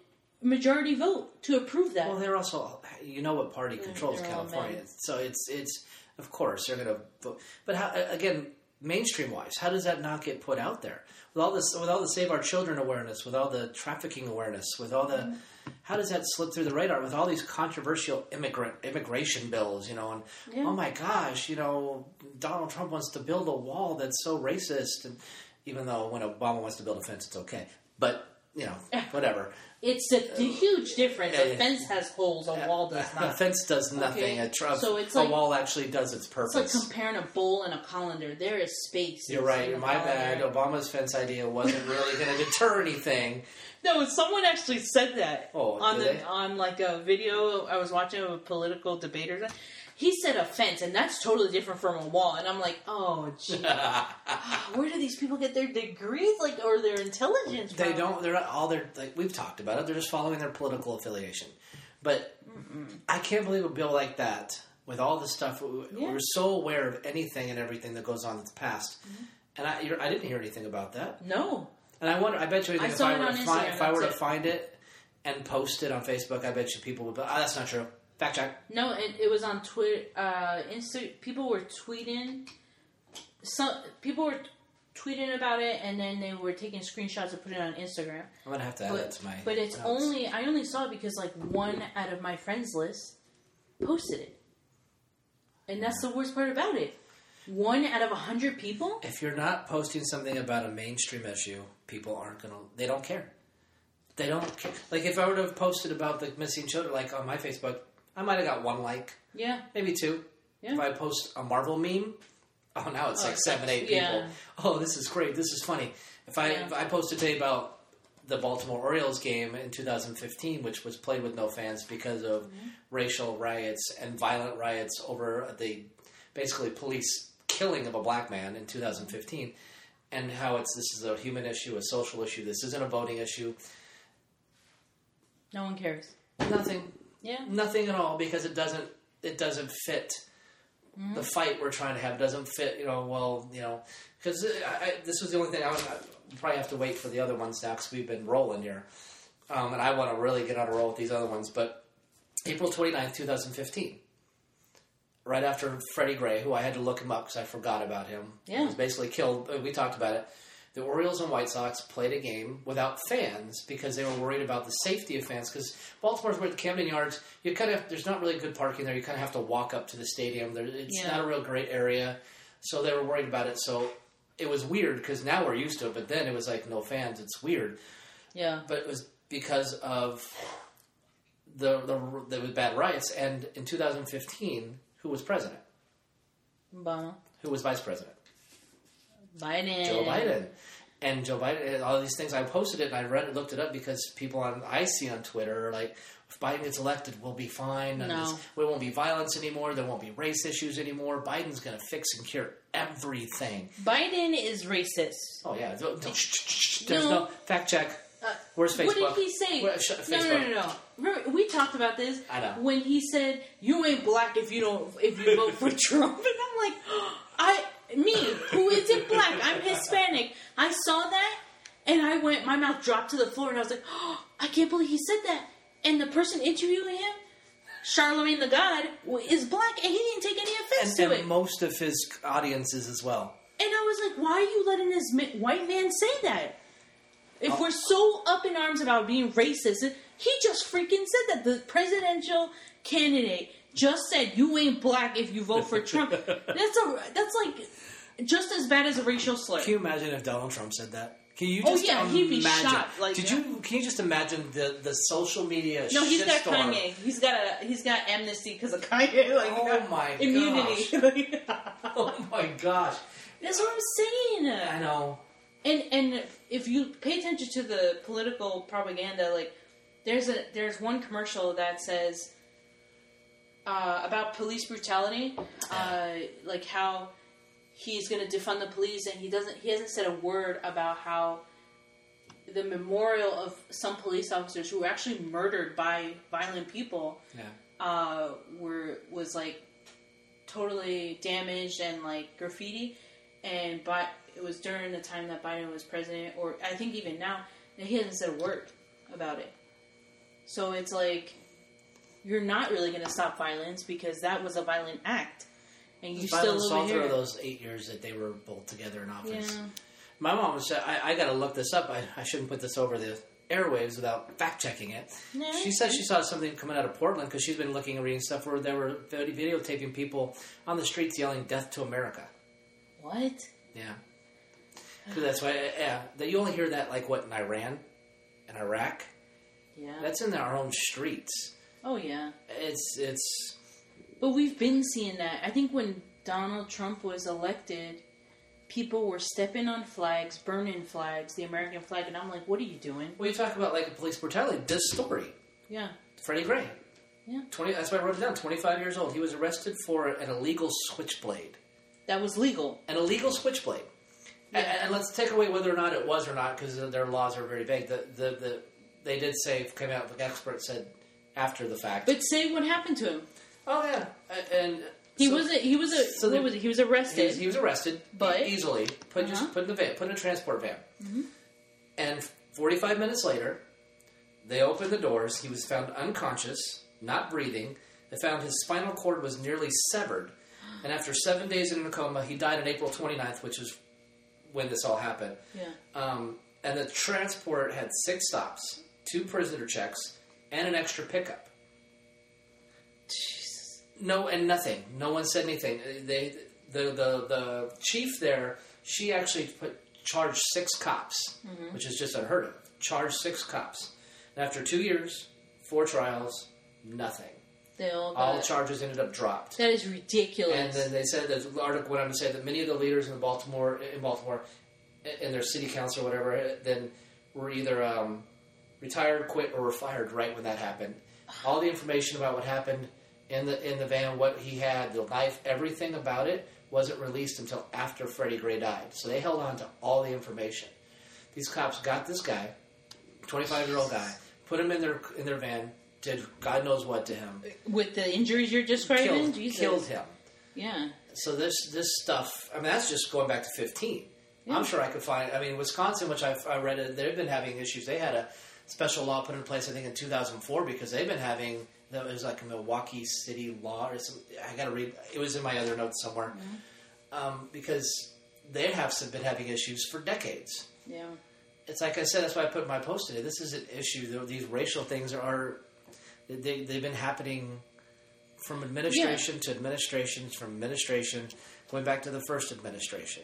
S2: majority vote to approve that. Mm,
S1: Well, they're also you know what party controls
S2: they're all
S1: California,
S2: men.
S1: so it's it's of course they're going to. vote. But how, again, mainstream wise, how does that not get put out there with all this with all the Save Our Children awareness, with all the trafficking awareness, with all the
S2: Mm.
S1: how does that slip through the radar with all these controversial immigrant immigration bills? You know, and
S2: Yeah.
S1: oh my gosh, you know Donald Trump wants to build a wall that's so racist, and even though when Obama wants to build a fence, it's okay, but. You know, whatever.
S2: it's a, the huge difference.
S1: uh, Yeah,
S2: a
S1: yeah.
S2: fence has holes, a wall does
S1: A
S2: not.
S1: fence does nothing.
S2: Okay,
S1: A trust,
S2: so it's
S1: a
S2: like-
S1: wall actually does its purpose.
S2: It's like comparing a bowl and a colander. There is space.
S1: You're right.
S2: in a
S1: My bad.
S2: colander.
S1: Obama's fence idea wasn't really going to deter anything.
S2: No, someone actually said that
S1: Oh,
S2: on
S1: did
S2: the
S1: they?
S2: on like a video I was watching of a political debater. He said a fence, and that's totally different from a wall. And I'm like, oh, gee, where do these people get their degrees, like, or their intelligence?
S1: they
S2: from?
S1: don't. They're not all. They're like we've talked about it. They're just following their political affiliation. But I can't believe a bill like that with all the stuff we-
S2: Yeah.
S1: we're so aware of anything and everything that goes on in the past.
S2: Mm-hmm.
S1: And I, you're, I didn't hear anything about that.
S2: No,
S1: And I wonder. I bet you anything,
S2: I
S1: if
S2: saw
S1: I
S2: it
S1: were
S2: on
S1: to find,
S2: Instagram,
S1: if I were to
S2: that's it.
S1: find it and post it on Facebook, I bet you people would. But oh, that's not true. Fact check.
S2: no. It, it was on Twitter. Uh, Insta. People were tweeting. Some people were tweeting about it, and then they were taking screenshots and putting it on Instagram.
S1: I'm gonna have to add that to my.
S2: But it's
S1: notes.
S2: only I only saw it because like one out of my friends list posted it, and that's the worst part about it. One out of a hundred people.
S1: if you're not posting something about a mainstream issue, people aren't gonna. They don't care. They don't care. Like if I would have posted about the missing children, like on my Facebook, I might have got one like,
S2: Yeah,
S1: maybe two.
S2: Yeah.
S1: If I post a Marvel meme, oh now it's
S2: Oh,
S1: like seven, eight
S2: yeah.
S1: people. Oh, this is great. This is funny. If I
S2: Yeah.
S1: if I posted today about the Baltimore Orioles game in 2015, which was played with no fans because of
S2: Mm-hmm.
S1: racial riots and violent riots over the basically police killing of a black man in 2015, and how it's this is a human issue, a social issue. This isn't a voting issue.
S2: No one cares.
S1: Nothing,
S2: Yeah.
S1: nothing at all, because it doesn't it doesn't fit the fight we're trying to have. Doesn't fit, you know. Well, you know, because I, I, this was the only thing I would I'd probably have to wait for the other ones now because we've been rolling here, um, and I want to really get on a roll with these other ones. But April 29th, 2015. right after Freddie Gray, who I had to look him up because I forgot about him.
S2: Yeah.
S1: He was basically killed. uh, We talked about it. The Orioles and White Sox played a game without fans because they were worried about the safety of fans. Because Baltimore's where the Camden Yards, you kind of there's not really good parking there. You kind of have to walk up to the stadium. There, it's
S2: Yeah.
S1: not a real great area, so they were worried about it. So it was weird because now we're used to it, but then it was like no fans. It's weird
S2: Yeah.
S1: but it was because of the the, the bad riots. And in 2015, who was president?
S2: Obama.
S1: Who was vice president?
S2: Biden.
S1: Joe Biden. And Joe Biden, and all these things. I posted it and I read it, looked it up because people on I see on Twitter are like, if Biden gets elected, we'll be fine. And
S2: No.
S1: this- there won't be violence anymore. There won't be race issues anymore. Biden's going to fix and cure everything.
S2: Biden is racist.
S1: Oh yeah, no, no, shh, shh, shh, shh. there's no, fact check.
S2: Uh,
S1: Where's Facebook?
S2: What did he say?
S1: Where- shut-
S2: no, no,
S1: Facebook.
S2: no, no, no. Remember, we talked about this.
S1: I know.
S2: When he said, "You ain't black if you don't if you vote for Trump," and I'm like, I me who isn't black? I'm Hispanic. I saw that, and I went. My mouth dropped to the floor, and I was like, oh, I can't believe he said that. And the person interviewing him, Charlemagne the God, w- is black, and he didn't take any offense
S1: and,
S2: to it.
S1: and most of his audiences as well.
S2: And I was like, why are you letting this ma- white man say that? If we're so up in arms about being racist, he just freaking said that the presidential candidate just said you ain't black if you vote for Trump. that's a that's like just as bad as a racial slur.
S1: Can you imagine if Donald Trump said that? Can you
S2: Oh,
S1: just
S2: yeah,
S1: imagine?
S2: he'd be shot, like-
S1: Did you? Can you just imagine the the social media?
S2: No, he's got
S1: shitstorm?
S2: Kanye. He's got a he's got amnesty because of Kanye. Like
S1: Oh
S2: got
S1: my
S2: immunity.
S1: Oh my gosh!
S2: that's what I'm saying.
S1: I know.
S2: and and if you pay attention to the political propaganda, like there's a there's one commercial that says uh, about police brutality, uh, like how he's going to defund the police, and he doesn't he hasn't said a word about how the memorial of some police officers who were actually murdered by violent people
S1: Yeah.
S2: uh, were was like totally damaged and like graffiti, and but it was during the time that Biden was president, or I think even now, and he hasn't said a word about it. So it's like you're not really going to stop violence because that was a violent act, and you
S1: Violence
S2: still
S1: all
S2: over
S1: through
S2: here.
S1: those eight years that they were both together in
S2: Yeah,
S1: office. My mom was. I, I got to look this up. I, I shouldn't put this over the airwaves without fact checking it.
S2: No,
S1: She
S2: it's
S1: said she saw something coming out of Portland because she's been looking and reading stuff where they were vid- videotaping people on the streets yelling "Death to America."
S2: what?
S1: Yeah. 'Cause that's why, yeah. That you only hear that, like, what, in Iran and Iraq?
S2: Yeah.
S1: That's in our own streets.
S2: oh yeah.
S1: It's, it's,
S2: But we've been seeing that. I think when Donald Trump was elected, people were stepping on flags, burning flags, the American flag, and I'm like, what are you doing?
S1: well, you talk about, like, a police brutality. This story,
S2: Yeah.
S1: Freddie Gray.
S2: Yeah.
S1: 20, that's why I wrote it down. 25 years old. He was arrested for an illegal switchblade.
S2: That was legal.
S1: An illegal switchblade. And,
S2: Yeah.
S1: and let's take away whether or not it was or not, because their laws are very vague. The, the, the, they did say, came out, the expert said after the fact.
S2: But say what happened to him.
S1: oh, yeah. And
S2: He
S1: so-
S2: was a, he was a
S1: so
S2: what
S1: they-
S2: was it? he was
S1: He
S2: arrested.
S1: was, he was arrested, e-,
S2: But-
S1: easily put
S2: Uh-huh. Mm-hmm.
S1: just put in a van, put in a transport van. And 45 minutes later, they opened the doors. He was found unconscious, not breathing. They found his spinal cord was nearly severed, and after seven days in a coma, he died on April 29th, which is when this all happened.
S2: yeah.
S1: Um, and the transport had six stops, two prisoner checks, and an extra pickup.
S2: Jesus.
S1: No, and nothing. No one said anything. Uh, They, the, the, the chief there, she actually put charged six cops, which is just unheard of. Charged six cops, and after two years, four trials, nothing.
S2: They all got
S1: All charges ended up dropped.
S2: That is
S1: Oh. And
S2: ridiculous.
S1: then they said that the article went on to say that many of the leaders in Baltimore, in Baltimore, in their city council or whatever, then were either um, retired, quit, or were fired right when that happened. All the information about what happened in the in the van, what he had, the knife, everything about it wasn't released until after Freddie Gray died. So they held on to all the information. These cops got this guy, 25 year old guy, put him in their in their van, did God knows what to him,
S2: With the injuries you're describing,
S1: killed,
S2: Jesus.
S1: killed him.
S2: Yeah.
S1: So this this stuff. I mean, that's just going back to 15. I'm sure I could find. I mean, Wisconsin, which I've, I read, it, they've been having issues. They had a special law put in place, I think, in 2004 because they've been having. That was like a Milwaukee city law or something. I got to read. It was in my other notes somewhere. Um, because they have some- been having issues for decades.
S2: Yeah.
S1: It's like I said. That's why I put in my post today. This is an issue. Though These racial things are. They, they've been happening from administration to administration, from administration, going back to the first administration.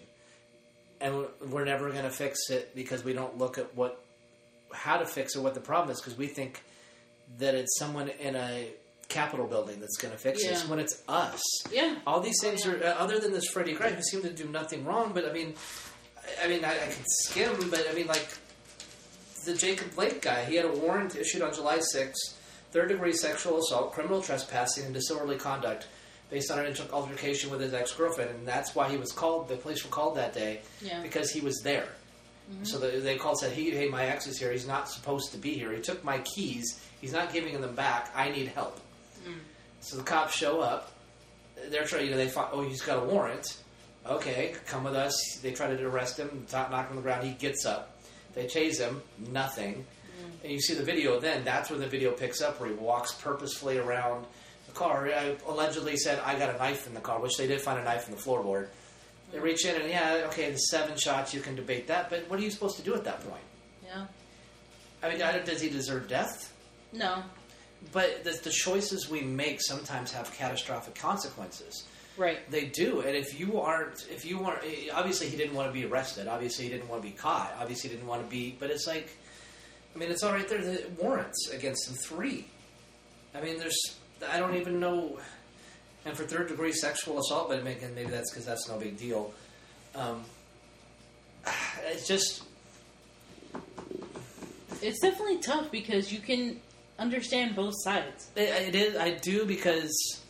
S1: And we're- we're never going to fix it because we don't look at what, how to fix it, what the problem is, because we think that it's someone in a Capitol building that's going to fix this
S2: Yeah.
S1: when it's us.
S2: Yeah.
S1: All these things are, uh, other than this Freddie Gray, who seemed to do nothing wrong, but I mean, I- I mean, I, I could skim, but I mean, like, the Jacob Blake guy, he had a warrant issued on July 6th, third degree sexual assault, criminal trespassing, and disorderly conduct based on an inter- altercation with his ex girlfriend, and that's why he was called, the police were called that day,
S2: Yeah.
S1: because he was there. So they, they called said, he, hey, my ex is here. He's not supposed to be here. He took my keys. He's not giving them back. I need help. So the cops show up. They're trying, you know, they find, oh, he's got a warrant. Okay, come with us. They try to arrest him, knock knock him on the ground. He gets up. They chase him, nothing. And you see the video then. That's when the video picks up where he walks purposefully around the car. I allegedly said, I got a knife in the car, which they did find a knife in the floorboard. They reach in and, yeah, okay, the seven shots, you can debate that, but what are you supposed to do at that point?
S2: Yeah.
S1: I mean, I don't- does he deserve death?
S2: No.
S1: But the, the choices we make sometimes have catastrophic consequences.
S2: Right.
S1: They do, and if you aren't, if you aren't, eh, obviously he didn't want to be arrested. Obviously he didn't want to be caught. Obviously he didn't want to be. But it's like, I mean, it's all right there. The warrants against him three. I mean, there's. I don't even know. And for third degree sexual assault, but again, maybe that's because that's no big deal. Um, it's just
S2: It's definitely tough because you can understand both sides.
S1: It, it is. I do because.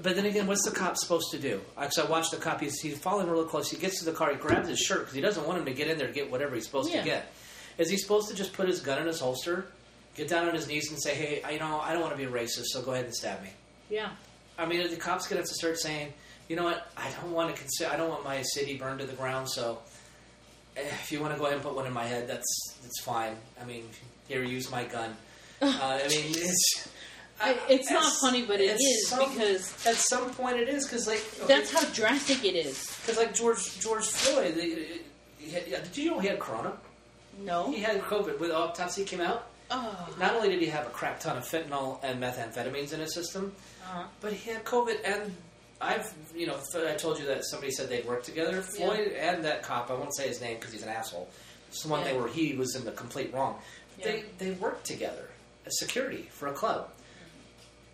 S1: But then again, what's the cop supposed to do? Actually, I watched the cop. He's, he's following real close. He gets to the car. He grabs his shirt because he doesn't want him to get in there and get whatever he's supposed
S2: Yeah.
S1: to get. Is he supposed to just put his gun in his holster, get down on his knees, and say, "Hey, I- you know, I don't want to be racist, so go ahead and stab me."
S2: Yeah.
S1: I mean, the cops gonna have to start saying, "You know what? I don't want to consider. I don't want my city burned to the ground. So, eh, if you want to go ahead and put one in my head, that's that's fine. I mean, here, use my gun. Uh, I mean, it's."
S2: I- it's not
S1: At-
S2: funny, but it
S1: at
S2: is
S1: some-
S2: because
S1: at some point it is because like
S2: that's how drastic it is.
S1: because like George George Floyd. They, he had, yeah, did you know he had corona?
S2: No.
S1: He had COVID. When the autopsy came out,
S2: Oh.
S1: not only did he have a crap ton of fentanyl and methamphetamines in his system,
S2: Uh-huh.
S1: but he had COVID. And I've you know th- I told you that somebody said they worked together. Floyd and that cop. I won't say his name because he's an asshole. It's the one
S2: Yeah.
S1: thing where he was in the complete wrong.
S2: Yeah.
S1: They they worked together as security for a club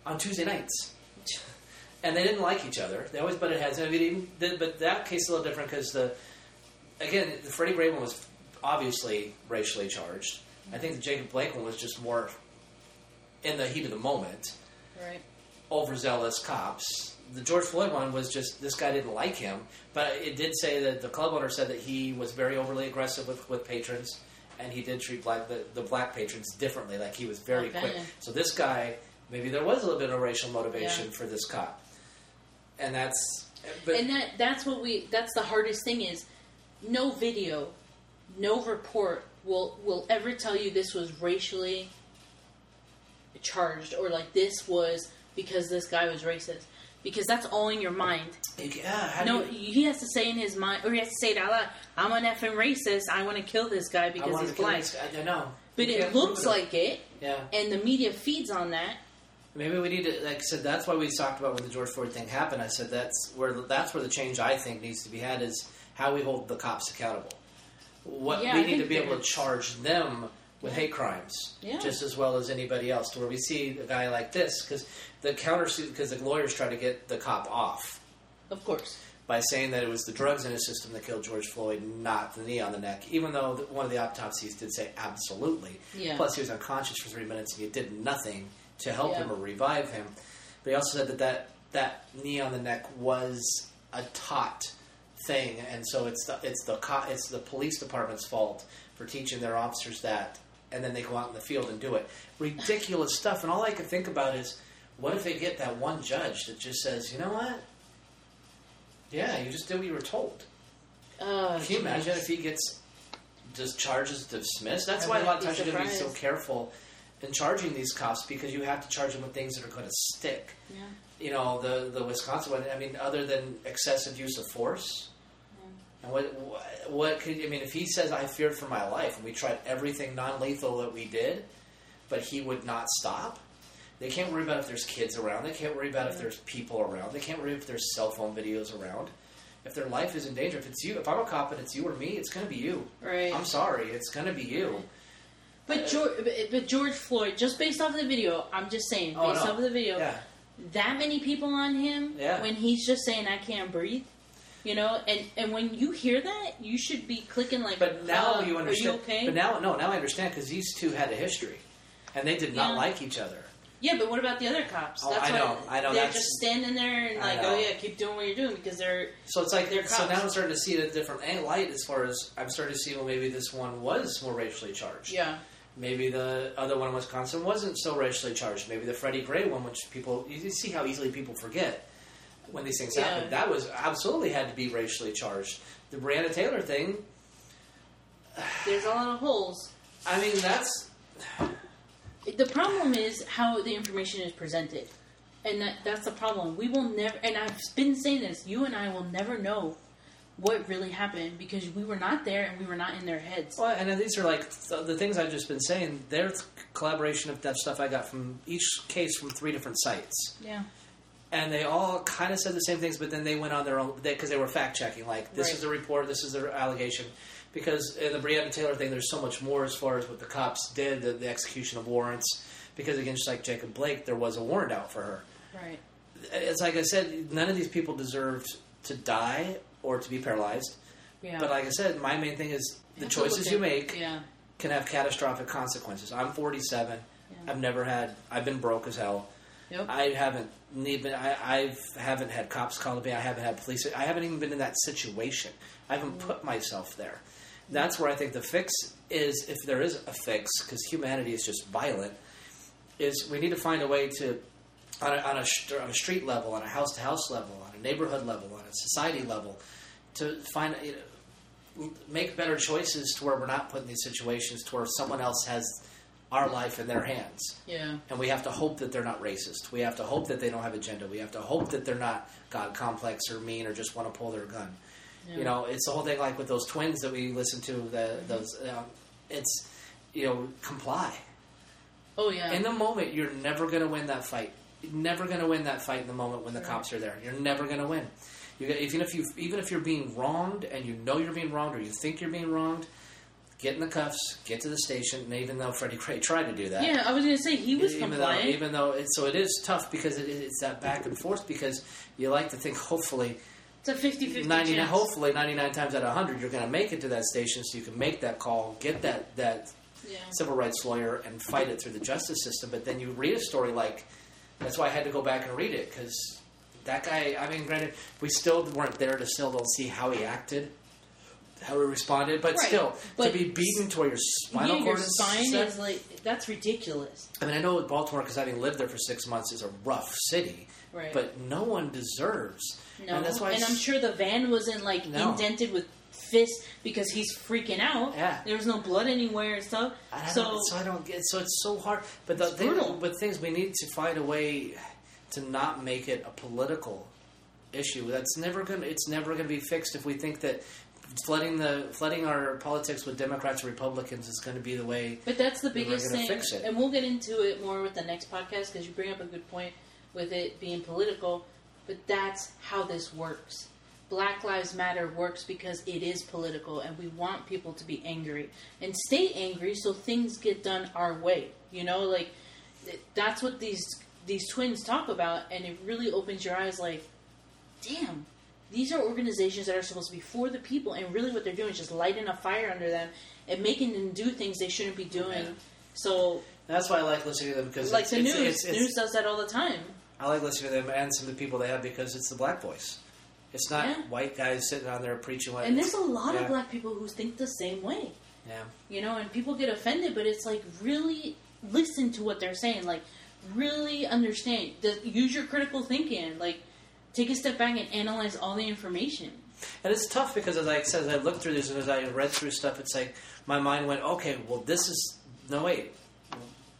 S1: on Tuesday nights. and they didn't like each other. They always butted heads. I mean, even the, but that case is a little different because the again the Freddie Gray one was obviously racially charged. I think the Jacob Blake one was just more in the heat of the moment,
S2: Right.
S1: overzealous cops. The George Floyd one was just this guy didn't like him, but it did say that the club owner said that he was very overly aggressive with, with patrons, and he did treat black the, the black patrons differently. Like he was very
S2: Okay.
S1: quick. So this guy, maybe there was a little bit of racial motivation
S2: Yeah.
S1: for this cop, and that's. But
S2: and that that's what we that's the hardest thing is no video no report will will ever tell you this was racially charged or like this was because this guy was racist because that's all in your mind
S1: yeah, how do
S2: no
S1: you-
S2: he has to say in his mind or he has to say it out loud i'm an effing racist i want to kill this guy
S1: I
S2: because
S1: wanted
S2: he's
S1: to kill
S2: black
S1: this guy. I know,
S2: but
S1: You
S2: it
S1: can't prove
S2: looks like it
S1: yeah.
S2: and the media feeds on that
S1: Maybe we need to, like I said, that's why we talked about when the George Floyd thing happened. I said that's where that's where the change I think needs to be had is how we hold the cops accountable. What
S2: Yeah,
S1: we
S2: I
S1: need to
S2: think
S1: be able to
S2: that's-
S1: charge them with hate crimes,
S2: Yeah.
S1: just as well as anybody else. To where we see a guy like this because the countersuit because the lawyers try to get the cop off
S2: of course
S1: by saying that it was the drugs in his system that killed George Floyd, not the knee on the neck, even though th- one of the autopsies did say absolutely.
S2: Yeah.
S1: Plus, he was unconscious for three minutes and it did nothing to help
S2: Yeah.
S1: him or revive him. But he also said that that, that knee on the neck was a tot thing, and so it's the it's the co- it's the police department's fault for teaching their officers that, and then they go out in the field and do it. Ridiculous stuff. And all I can think about is, what if they get that one judge that just says, you know what? Yeah, you just did what you were told.
S2: Uh,
S1: Can you imagine if he gets just charges dismissed? That's why a lot of times you got to be so careful in charging these cops because you have to charge them with things that are going to stick.
S2: Yeah.
S1: You know, the the Wisconsin one. I mean, other than excessive use of force. And what, what what could I mean? If he says I feared for my life, and we tried everything non-lethal that we did, but he would not stop. They can't worry about if there's kids around. They can't worry
S2: Mm-hmm.
S1: about if there's people around. They can't worry if there's cell phone videos around. If their life is in danger, if it's you, if I'm a cop and it's you or me, it's going to be you.
S2: Right.
S1: I'm sorry, it's going to be you.
S2: But George, but- but George Floyd, just based off of the video, I'm just saying, based
S1: Oh, no.
S2: off of the video,
S1: Yeah.
S2: that many people on him
S1: Yeah.
S2: when he's just saying I can't breathe. You know, and and when you hear that, you should be clicking like.
S1: But now
S2: uh,
S1: you understand.
S2: Are you okay?
S1: But now, no, now I understand because these two had a history, and they did not
S2: Yeah.
S1: like each other.
S2: yeah, but what about the other cops?
S1: Oh, I
S2: why
S1: know, I know,
S2: They're
S1: that's-
S2: just standing there and
S1: I
S2: like,
S1: know.
S2: oh yeah, keep doing what you're doing because they're
S1: So it's like
S2: They're
S1: so now
S2: cops.
S1: I'm starting to see it in a different ang- light as far as I'm starting to see well maybe this one was more racially charged.
S2: yeah.
S1: Maybe the other one in Wisconsin wasn't so racially charged. Maybe the Freddie Gray one, which people you can see how easily people forget when these things happen.
S2: Yeah.
S1: That was absolutely had to be racially charged. The Breonna Taylor thing,
S2: There's a lot of holes.
S1: I mean that's
S2: The problem is how the information is presented. And that, that's the problem. We will never, and I've been saying this, you and I will never know what really happened because we were not there and we were not in their heads.
S1: well, and these are like th- the things I've just been saying. They're collaboration of that stuff I got from each case from three different sites.
S2: Yeah.
S1: and they all kind of said the same things, but then they went on their own because they, were fact checking. Like this
S2: Right.
S1: is the report, this is their allegation. Because in the Breonna Taylor thing, there's so much more as far as what the cops did, the, the execution of warrants. Because again, just like Jacob Blake, there was a warrant out for her.
S2: Right.
S1: It's like I said, none of these people deserved to die or to be paralyzed.
S2: Yeah.
S1: But like I said, my main thing is the
S2: Have to
S1: choices
S2: look
S1: you
S2: at-
S1: make
S2: Yeah.
S1: can have catastrophic consequences. I'm 47.
S2: Yeah.
S1: I've never had. I've been broke as hell.
S2: Yep.
S1: I haven't even I I've, haven't had cops call me. I haven't had police. I haven't even been in that situation. I haven't put myself there. That's where I think the fix is, if there is a fix, because humanity is just violent. Is we need to find a way to on a, on a, st- on a street level, on a house to house level, on a neighborhood level, on a society level, to find you know, make better choices to where we're not put in these situations to where someone else has our life in their hands
S2: yeah.
S1: and we have to hope that they're not racist. We have to hope that they don't have agenda. We have to hope that they're not god complex or mean or just want to pull their gun. You know, it's the whole thing like with those twins that we listened to. The, those,
S2: Mm-hmm.
S1: um, it's you know, comply.
S2: Oh, yeah.
S1: In the moment, you're never going to win that fight. You're never going to win that fight in the moment when the
S2: Right.
S1: cops are there. You're never going to win. You get, even if you even if you're being wronged and you know you're being wronged or you think you're being wronged, get in the cuffs, get to the station. And even though Freddie Gray tried to do that,
S2: yeah, I was going to say, he was
S1: even though,
S2: compliant.
S1: even though it, so it is tough because it, it's that back and forth because you like to think hopefully
S2: it's a 50 50
S1: ninety nine
S2: chance.
S1: hopefully ninety nine times out of hundred you're going to make it to that station so you can make that call, get that that
S2: Yeah.
S1: civil rights lawyer and fight it through the justice system. But then you read a story like that's why I had to go back and read it because that guy. I mean, granted, we still weren't there to still don't see how he acted. How he responded, but
S2: Right.
S1: still
S2: But-
S1: to be beaten to where your spinal
S2: yeah, your
S1: cord
S2: spine
S1: set-
S2: is like, that's ridiculous.
S1: I mean, I know Baltimore, because having lived there for six months, is a rough city,
S2: Right.
S1: but no one deserves.
S2: No,
S1: and that's why.
S2: I'm sure the van wasn't like
S1: No.
S2: indented with fists because he's freaking out.
S1: Yeah.
S2: there was no blood anywhere and stuff.
S1: I don't-
S2: So
S1: so I don't get. So it's so hard. But the
S2: It's
S1: thing,
S2: brutal.
S1: but things we need to find a way to not make it a political issue. That's never gonna. It's never gonna be fixed if we think that flooding the flooding our politics with Democrats and Republicans is going to be the way.
S2: but that's the
S1: We were
S2: biggest
S1: gonna
S2: thing,
S1: fix it.
S2: and we'll get into it more with the next podcast because you bring up a good point with it being political. But that's how this works. Black Lives Matter works because it is political, and we want people to be angry and stay angry so things get done our way. You know, like th- that's what these these twins talk about, and it really opens your eyes. Like, damn, these are organizations that are supposed to be for the people, and really what they're doing is just lighting a fire under them and making them do things they shouldn't be doing.
S1: Yeah.
S2: So,
S1: That's why I like listening to them because
S2: like
S1: it's,
S2: the
S1: it's-
S2: news,
S1: it's- it's-
S2: news does that all the time.
S1: I like listening to them and some of the people they have because it's the black voice. It's not
S2: Yeah.
S1: white guys sitting on there preaching like
S2: And there's a lot
S1: Yeah.
S2: of black people who think the same way,
S1: yeah.
S2: you know, and people get offended, but it's like really listen to what they're saying, like really understand, the, use your critical thinking, like take a step back and analyze all the information.
S1: And it's tough because, as I said, as I looked through this and as I read through stuff, it's like my mind went, okay, well, this is no wait,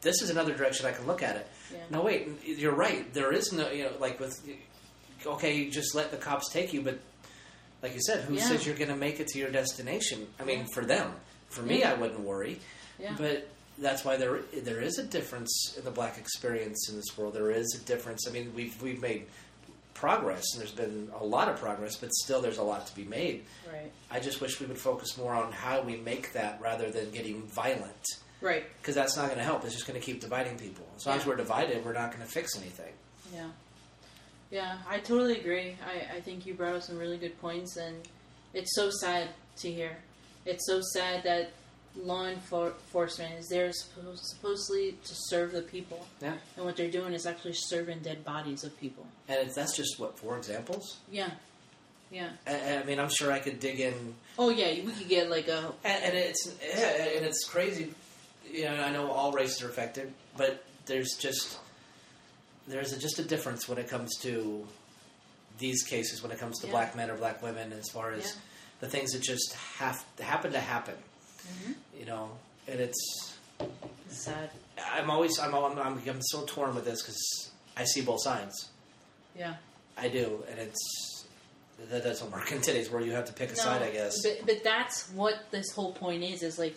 S1: this is another direction I can look at it.
S2: Yeah.
S1: No wait, you're right. There is no, you know, like with, okay, just let the cops take you, but like you said, who
S2: Yeah.
S1: says you're going to make it to your destination? I mean,
S2: Yeah.
S1: for them, for me,
S2: Yeah.
S1: I wouldn't worry,
S2: Yeah.
S1: but. That's why there there is a difference in the black experience in this world. There is a difference. I mean, we've we've made progress, and there's been a lot of progress, but still there's a lot to be made.
S2: right.
S1: I just wish we would focus more on how we make that rather than getting violent,
S2: Right.
S1: because that's not going to help. It's just going to keep dividing people. As long as
S2: Yeah.
S1: we're divided, we're not going to fix anything.
S2: Yeah. Yeah, I totally agree. I, I think you brought up some really good points, and it's so sad to hear. It's so sad that law enfor- enforcement is there suppo- supposedly to serve the people,
S1: Yeah,
S2: and what they're doing is actually serving dead bodies of people.
S1: and if that's just what four examples.
S2: Yeah. Yeah.
S1: I, I mean, I'm sure I could dig in
S2: Oh, yeah, we could get like a.
S1: And, and it's yeah, and it's crazy. You know, I know all races are affected, but there's just there's a, just a difference when it comes to these cases. When it comes to
S2: Yeah.
S1: black men or black women, as far as
S2: Yeah.
S1: the things that just have happen to happen.
S2: Mm-hmm.
S1: You know, and it's
S2: Sad.
S1: I'm always I'm I'm, I'm, I'm so torn with this because I see both sides.
S2: Yeah.
S1: I do, and it's that doesn't work in today's world. You have to pick a side, I guess.
S2: But, but that's what this whole point is: is like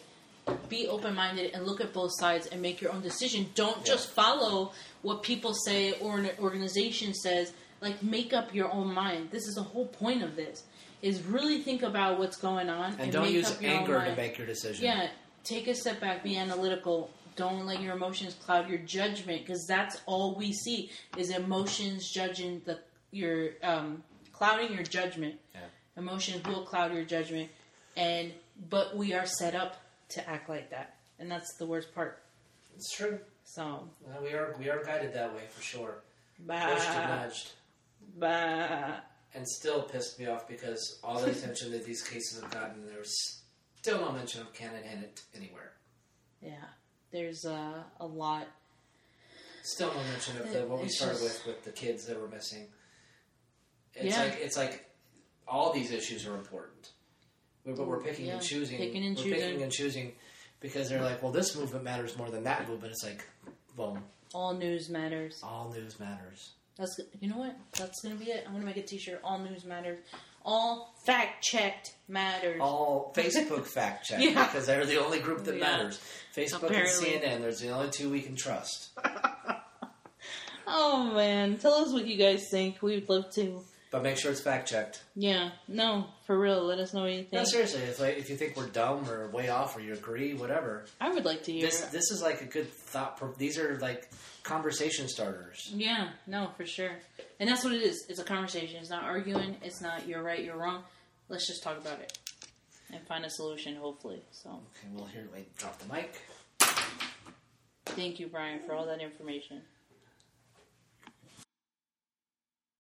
S2: be open minded and look at both sides and make your own decision. Don't
S1: Yeah.
S2: just follow what people say or an organization says. Like make up your own mind. This is the whole point of this: is really think about what's going on and,
S1: and don't
S2: make
S1: use
S2: up your own
S1: anger to
S2: mind.
S1: make your decision.
S2: Yeah, take a step back, be analytical. Don't let your emotions cloud your judgment because that's all we see is emotions judging the your um, clouding your judgment.
S1: Yeah.
S2: Emotions will cloud your judgment, and but we are set up to act like that, and that's the worst part.
S1: It's true.
S2: So,
S1: Well, we are we are guided that way for sure.
S2: Ah.
S1: Pushed and
S2: bah,
S1: nudged,
S2: bah.
S1: and still pissed me off because all the attention that these cases have gotten, there's still no mention of Canon in it anywhere.
S2: yeah. There's uh, a lot.
S1: Still no mention of the, what we
S2: It's
S1: started
S2: just-
S1: with with the kids that were missing. It's
S2: Yeah.
S1: like it's like all these issues are important, We- but we're picking and
S2: Yeah,
S1: choosing,
S2: picking and
S1: we're
S2: choosing.
S1: picking and choosing because they're like, well, this movement matters more than that movement. It's like, boom,
S2: All news matters.
S1: all news matters.
S2: That's you know what? That's gonna be it. I'm gonna make a T-shirt. All news matters. All fact checked matters.
S1: all Facebook fact check
S2: Yeah.
S1: because they're the only group that
S2: Yeah.
S1: matters. Facebook
S2: Apparently.
S1: and CNN, there's the only two we can trust.
S2: Oh man, tell us what you guys think. We would love to.
S1: But make sure it's fact checked.
S2: Yeah, no, for real. Let us know what you
S1: No,
S2: think.
S1: seriously, if, like, if you think we're dumb or way off or you agree, whatever,
S2: I would like to hear.
S1: this this is like a good thought. Pro- these are like conversation starters.
S2: yeah, no, for sure. And that's what it is. It's a conversation. It's not arguing. It's not you're right, you're wrong. Let's just talk about it and find a solution. Hopefully. So
S1: Okay, well here, wait, drop the mic.
S2: thank you, Brian, for all that information.